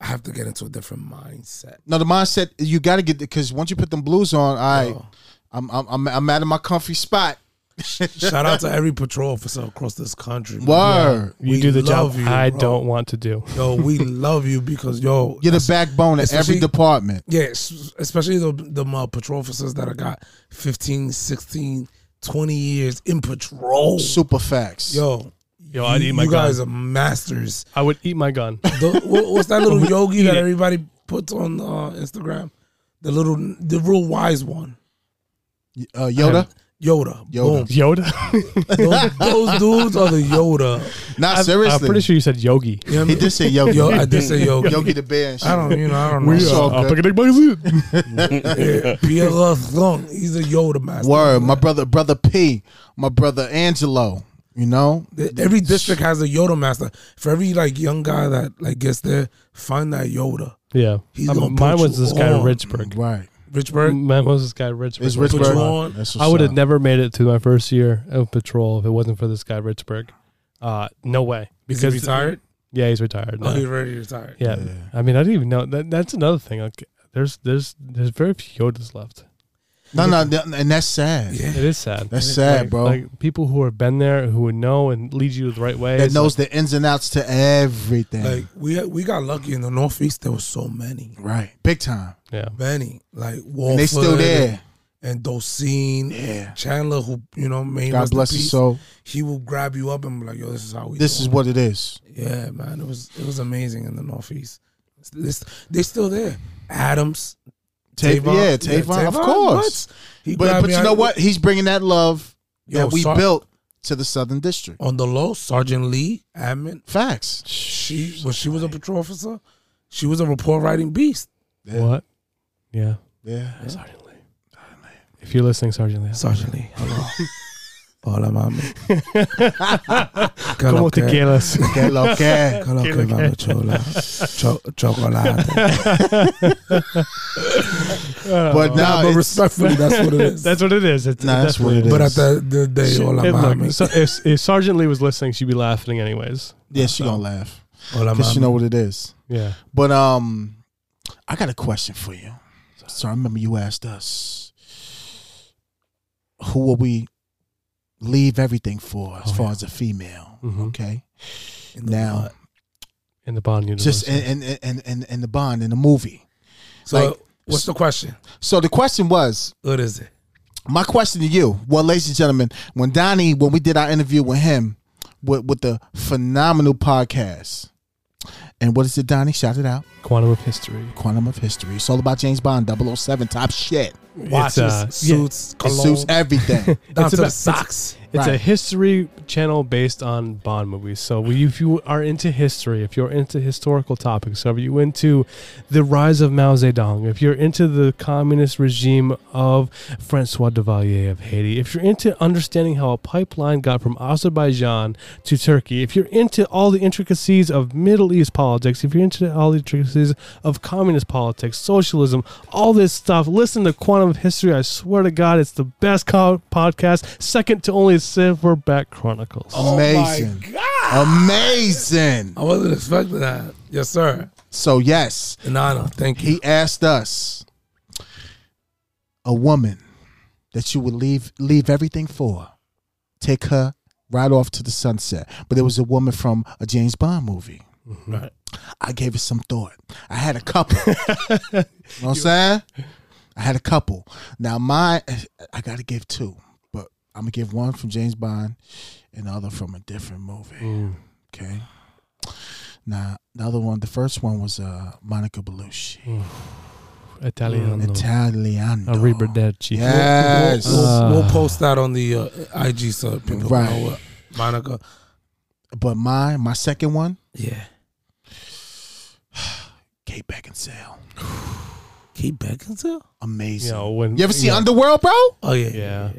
I have to get into a different mindset.
No, the mindset you got to get because once you put them blues on, I,
Oh.
I'm, I'm I'm I'm out of my comfy spot.
Shout out to every patrol officer across this country. man.
Word,
You
We
do the
love
job
you,
I
bro.
don't want to do.
Yo, we love you because yo,
you're the
that's-
backbone of every
especially-
department.
Yeah, es- especially the the uh, patrol officers that I got 15, 16, 20 years in patrol.
Super facts.
Yo,
Yo, I'd
you,
eat Oh, my
you
gun.
guys are masters.
I would eat my gun.
The- what- what's that little yogi that
it.
everybody puts on uh, Instagram? The little, the real wise one,
uh, Yoda,
Yoda.
Yoda.
Yoda.
Boom. Those, those dudes are the Yoda.
not
I'm-
seriously.
I'm pretty sure you said yogi.
You know what I
he
mean?
did say Yogi.
Yo, I did say yogi.
Yogi the bear. And shit.
I don't, you know, I don't
We
know.
all
I'll
good.
pick a big magazine.
Yeah, Pierre Long, he's a Yoda master.
Word, my brother, brother P, my brother Angelo. You know,
Every district has a Yoda master. For every like young guy that like gets there, find that Yoda.
Yeah.
He's
Um,
gonna
mine
put
was
you
this guy
on.
Richburg.
right? Mm.
Richburg.
Mine was this guy Richburg.
It's
Like,
you
Richburg.
on.
That's
I
what's
would have
up.
never made it to my first year of patrol if it wasn't for this guy Richburg. Uh, no way.
Is he retired?
Yeah, he's retired. now.
Oh, he's already retired.
yeah. I mean, I didn't even know that. That's another thing. Like, there's there's there's very few Yodas left.
No, no, th- and that's sad.
Yeah.
It is sad.
That's
Like-
sad, bro.
Like people who have been there, who would know and lead you the right way.
that knows the ins and outs to everything.
Like we we got lucky in the Northeast. There was so many,
right, big time.
yeah.
many like Walford.
And they still there.
And Docene,
Yeah.
Chandler, who you know, main
God bless his soul.
He will grab you up and be like, "Yo, this is how we."
This is
doing
what it is.
it." Yeah, man, it was it was amazing in the Northeast. This they still there. Adams,
Tavon, yeah, Tavon, of course.
what? He
But
grabbed
but
me
you
out-
know what? He's bringing that love
Yo,
that we
Sar-
built to the Southern District.
on the low. Sergeant Lee Admin,
Facts.
she when she was a patrol officer, she was a report writing beast.
Yeah.
What? Yeah.
Yeah.
Sergeant Lee. If you're listening, Sergeant Lee.
Sergeant Lee, hello. Hola, mami. ¿Qué
Como
lo
te
que?
quieras.
Que lo que.
¿Qué lo que, mami chula? Cho- chocolate.
Oh,
But
Nah,
now
but
it's
respectfully, that's what it is.
That's what it is. It's,
Nah, that's what it
but
is.
at the end of the day, hola,
Hey, look,
mami.
so if, if Sergeant Lee was listening, she'd be laughing anyways.
yeah, she gonna laugh
Hola,
because
mami.
she know what it is.
Yeah.
But um, I got a question for you. So I remember you asked us, who will we leave everything for as
Oh,
far
yeah.
as a female?
Mhm.
Okay,
In the
now
blood.
In the Bond universe.
just and and and and, and the Bond in the movie.
So,
like-
what's the question?
So the question was,
What is it?
my question to you, well, ladies and gentlemen, when Donnie, when we did our interview with him, with, with the phenomenal podcast, and what is it, Donnie? Shout it out.
Quantum of History.
Quantum of History. It's all about James Bond, 007, top shit.
Watches,
uh,
suits,
It
cologne,
suits everything.
down
It's
to the
about-
socks.
It's a
Right.
history channel based on Bond movies. So we- if you are into history, if you're into historical topics, so if you into the rise of Mao Zedong, if you're into the communist regime of Francois Duvalier of Haiti, if you're into understanding how a pipeline got from Azerbaijan to Turkey, if you're into all the intricacies of Middle East politics, if you're into all the intricacies of communist politics, socialism, all this stuff, listen to Quantum of History. I swear to God, it's the best co- podcast, second to only Silverback Chronicles.
Oh, Amazing. Amazing.
I wasn't expecting that. Yes, sir.
So, yes,
An honor. Thank you.
he asked us a woman that you would leave leave everything for, take her right off to the sunset. But it was a woman from a James Bond movie.
Right.
I gave it some thought. I had a couple. you know what I'm saying? I had a couple. Now my I gotta give
Mm.
two, but I'm gonna give one from James Bond and the other from a different movie. Okay. Now the other one, the first one was uh, Monica Bellucci.
Italian.
mm, Italiano.
Arrivederci.
Yes.
We'll,
Uh,
we'll post that on the uh, IG so people
Right.
know what Monica.
but my my second one,
Yeah.
Kate Beckinsale.
Kate Beckinsale?
Amazing.
You know, when,
you ever see
yeah.
Underworld, bro?
Oh, yeah.
Yeah. Yeah.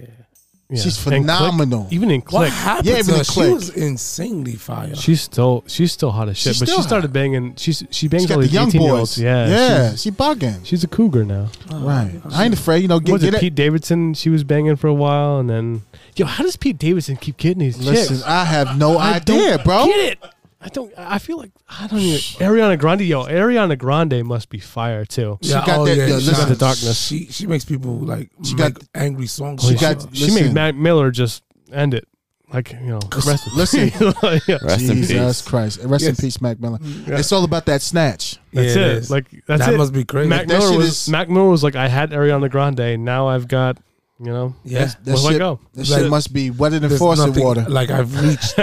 She's
And Click-
phenomenal.
even in
What
Click,
happened
Yeah,
to
even
her?
the
She
click.
was insanely fire.
she's still she's still hot as shit.
She's
but she
still
started
hot.
banging. She's she bangs
She got
all
the
these
young
eighteen year
boys.
olds. Yeah.
yeah.
She's,
She bugging.
she's a cougar now.
Oh,
right. I ain't afraid. You know, get,
was
get
it
it.
Pete Davidson? She was banging for a while, and then yo, how does Pete Davidson keep getting these
Listen,
chicks?
I have no
I
idea,
don't
bro.
Get it? I don't. I feel like I don't even. Ariana Grande, yo, Ariana Grande must be fire too.
She got
oh,
that- yeah,
listen.
nah,
The darkness.
She she makes people like
She
make
got-
angry songs.
she
with
got-
her.
She
Listen.
made Matt Miller just end it. Like you know, rest in-
Listen.
yeah,
Rest in
Jesus
peace.
Christ. Rest in
Yes.
peace, Mac Miller.
Yeah.
It's all about that snatch.
Yeah,
that's
it
it.
is.
Like that's
that
it.
must be crazy.
that
Mac Miller
shit
was
is-
Mac Miller was like, I had Ariana Grande, now I've got you know,
yeah.
That
where do I
shit-
go?
That
Like-
shit must be wetter than
There's
faucet
nothing-
water.
Like I've reached,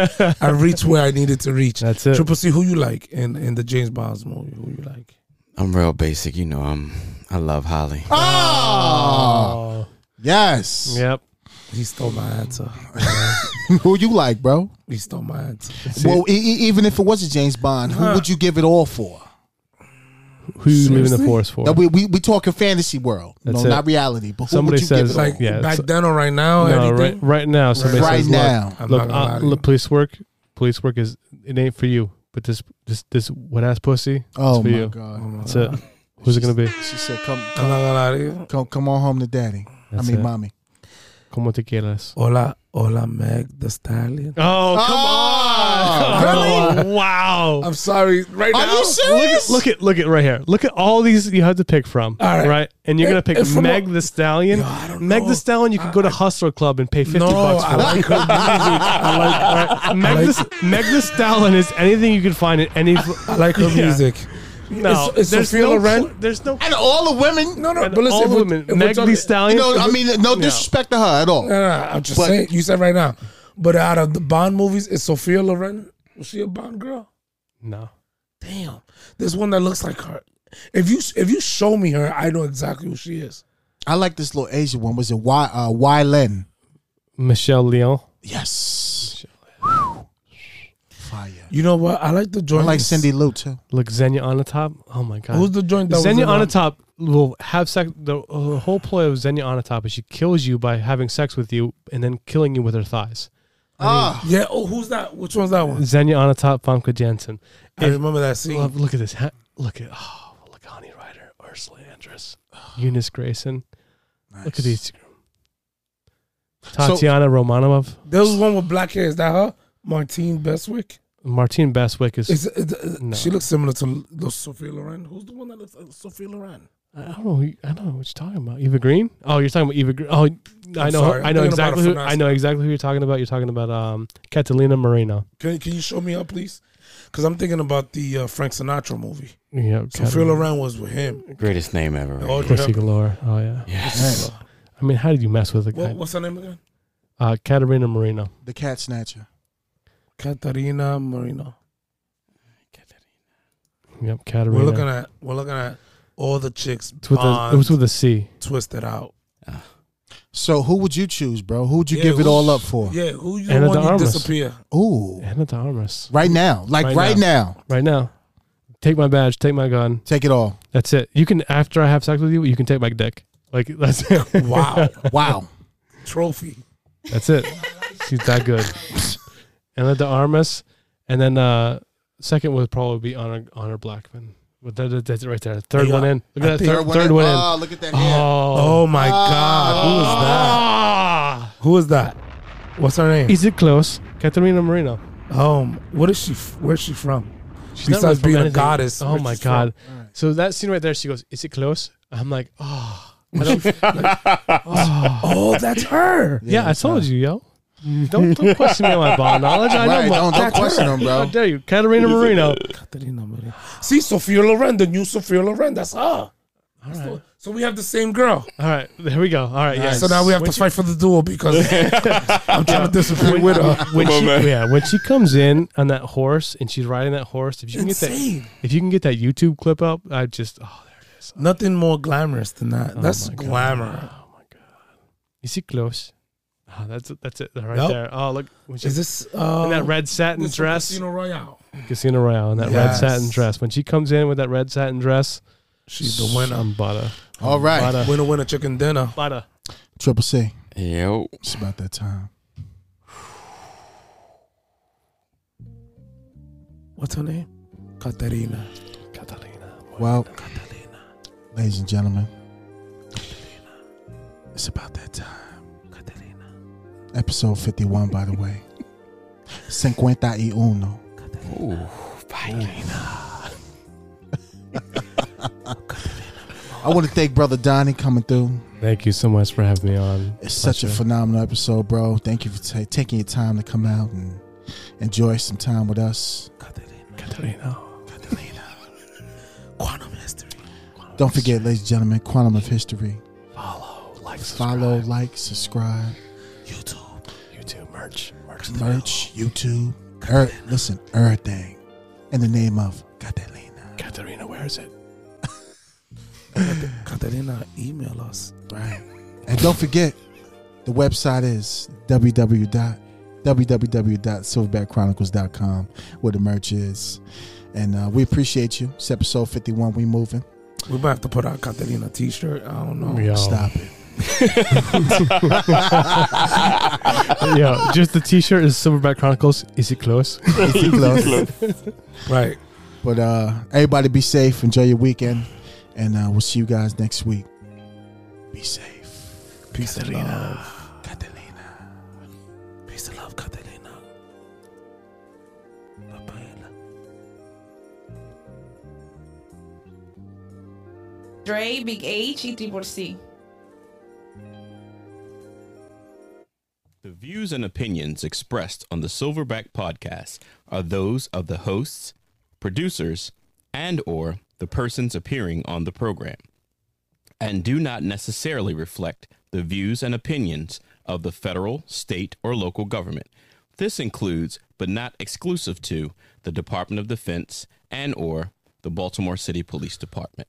I reached where I needed to reach.
That's it.
Triple C, who you like in in the James Bond's movie? Who you like?
I'm real basic, you know. I'm. I love Holly.
Ah,
Oh,
yes.
yep.
He stole my answer.
Who you like, bro?
He stole my answer.
well, e- e- even if it was a James Bond, who
Huh.
would you give it all for?
Who you leaving the
Seriously?
forest for?
Now, we we we talking fantasy world,
That's
no,
it.
not reality. But who
Somebody
would you
says,
give it
Like
Yeah,
back
so-
then or right now?
no, right,
anything?
right now. Somebody
all? right
says, look,
now?
I'm
Look,
not gonna
uh,
lie to you.
look, police work, police work is it ain't for you, but this this this wet ass pussy.
Oh
for
my
you.
Oh
god!
my
That's
God.
it. Who's it gonna be?
She said, "Come,
I'm not gonna lie to you.
come, come on home to daddy.
That's
I mean,
it.
mommy.
Como te quieras.
Hola, hola, Meg the Stallion.
Oh come
Oh,
on! Wow!
I'm sorry, right
Are
now.
you serious?
Look at look at right here. Look at all these you have to pick from.
All right.
right? and you're gonna
If-
pick
if I'm
Meg
a-
the Stallion.
Yo, I don't
Meg
know.
the Stallion. You could go to Hustler Club and pay fifty
no,
bucks for.
I like her music. I like,
All right, Meg,
like-
the, Meg the Stallion is anything you can find in any.
I like her
Yeah.
music.
No,
It's- it's
there's
Sophia
no. cl-
Loren.
There's no.
And all the women.
No, no,
and
but listen,
all
if we're-
women.
if we're
Meg the
talking-
You
Stallion.
know, I mean, no
No.
disrespect to her at all.
No, no, no, I'm just
But-
saying. You said right now, but out of the Bond movies, is Sophia Loren? Was she a Bond girl?
no.
Damn, there's one that looks like her. If you if you show me her, I know exactly who she is.
I like this little Asian one. Was it Y? Uh, y Len?
Michelle Leon.
Yes. Fire.
You know what? I like the
I
joint.
like Cindy Lou too.
Look, Xenia on the top. Oh my god.
Who's the joint that
Xenia
was in,
on the
um,
top will have sex. The uh, whole ploy of Xenia on the top is she kills you by having sex with you and then killing you with her thighs.
Ah,
Yeah. Oh, who's that? Which one's that one?
Xenia on the top, Famke Janssen.
I
If-
remember that scene.
Love, look at this. Ha- look at oh, look Honey Rider, Ursula Andress, Eunice Grayson. Look at these. Tatiana Romanov,
There was one with black hair. Is that her? Martine Beswick.
Martine Beswick is.
Is, is- is-
No.
She looks similar to the Sophia Loren. Who's the one that looks like Sophia Loren?
I don't know. who- I don't know what you're talking about. Eva Green. Oh, you're talking about Eva Green. Oh, i know.
sorry, I'm
I
thinking
know
about
exactly.
a
Who,
finesse.
I know exactly who you're talking about. You're talking about um, Catalina Moreno.
Can Can you show me her, please? Because I'm thinking about the uh, Frank Sinatra movie.
Yeah,
Sophia Loren was with him.
Greatest name ever. Right?
Oh,
Pussy galore. Oh yeah.
yes.
I mean, how did you mess with a
What,
guy?
what's her name again?
Uh, Katerina Marino.
the cat snatcher.
Katarina Marino.
Yep,
We're looking
Katerina.
at we're looking at all the chicks
It's with a, it was with a C.
twisted out.
So who would you choose, bro? Who would you
Yeah,
give it
who-
all up for?
Yeah, who you
Anna
the
de
one you
Armas.
disappear?
Ooh,
Anna de Armas.
right now, like right,
Right
now.
Right now, take my badge, take my gun.
take it all.
That's it. You can after I have sex with you, you can take my dick. Like that's it.
Wow,
Wow,
trophy.
That's it. She's that good. Anna de Armas, and then uh, second would probably be Honor Honor Blackman. But that, that- that's it right there. Third
Yeah.
one in. Look
I
at that
think-
third, third one in.
Oh, look at that hair.
Oh,
Oh my God,
Ah.
who is that? Who is that? What's her name?
Is it close? Katerina Marino.
Um, what is she? f- Where's she from?
She's not
Besides
really from
being a
anything.
goddess,
Oh
where's
my
she from?
god! So that scene right there, she goes, "Is it close?" I'm like, "Oh, I don't-
Oh, that's her.
yeah, I told you, yo. Don't, don't question me on my ball knowledge. I
Right,
know my
don't, don't question him,
How
bro.
dare you, Katerina Marino?
Katarina Marino. See, Sophia Loren, the new Sophia Loren. That's her.
All right.
So- So we have the same girl.
All right. There we go. All right. Yeah.
So now we have
When
to fight for the duel because I'm trying to disappear
When-
with her.
when
Come on,
she,
man.
yeah, when she comes in on that horse and she's riding that horse, if you can get
Insane.
that, if you can get that YouTube clip up, I just oh, there it is.
Nothing more glamorous than that.
Oh
That's
my God.
glamour.
Oh my god, is he close? Oh, that's it- that's it right
Nope.
there. Oh look, when she,
Is this uh,
in that red satin
this
dress,
Casino Royale?
Casino Royale, in that red
Yes.
satin dress. When she comes in with that red satin dress,
She's the winner.
I'm butter,
All right.
butter,
Winner, winner, chicken dinner.
butter.
Triple C.
Yo.
It's about that time.
What's her name? Katerina.
Catalina.
Well, ladies and gentlemen, it's about that time. Episode 51, by the way. Cinquenta y uno.
Ooh.
I want to thank Brother Donnie coming through.
Thank you so much for having me on.
It's such a
Pleasure.
phenomenal episode, bro. Thank you for ta taking your time to come out and enjoy some time with us.
Catalina.
Quantum mystery.
Don't forget, ladies and gentlemen, Quantum of History.
Follow, like,
Follow, like, subscribe,
YouTube.
YouTube merch, merch.
merch, YouTube. Er, listen, everything. In the name of Catalina.
Katarina wears it.
Katerina, email us.
Right. And don't forget, the website is www.silverbackchronicles.com where the merch is. And uh, we appreciate you. It's episode 51. We moving.
We might have to put out Katerina T-shirt. I don't know.
Yo,
Stop it.
Yo, just the T-shirt is Silverback Chronicles. Is it close?
Easy close.
Right.
But uh, everybody be safe. Enjoy your weekend. And uh, we'll see you guys next week. Be safe.
Peace and
Katerina.
love. Catalina. Peace and love, Catalina. Bye-bye.
Dre, Big H y Triple C.
The views and opinions expressed on the Silverback podcast are those of the hosts, producers, and or the persons appearing on the program and do not necessarily reflect the views and opinions of the federal, state, or local government. This includes but not exclusive to the Department of Defense and or the Baltimore City Police Department.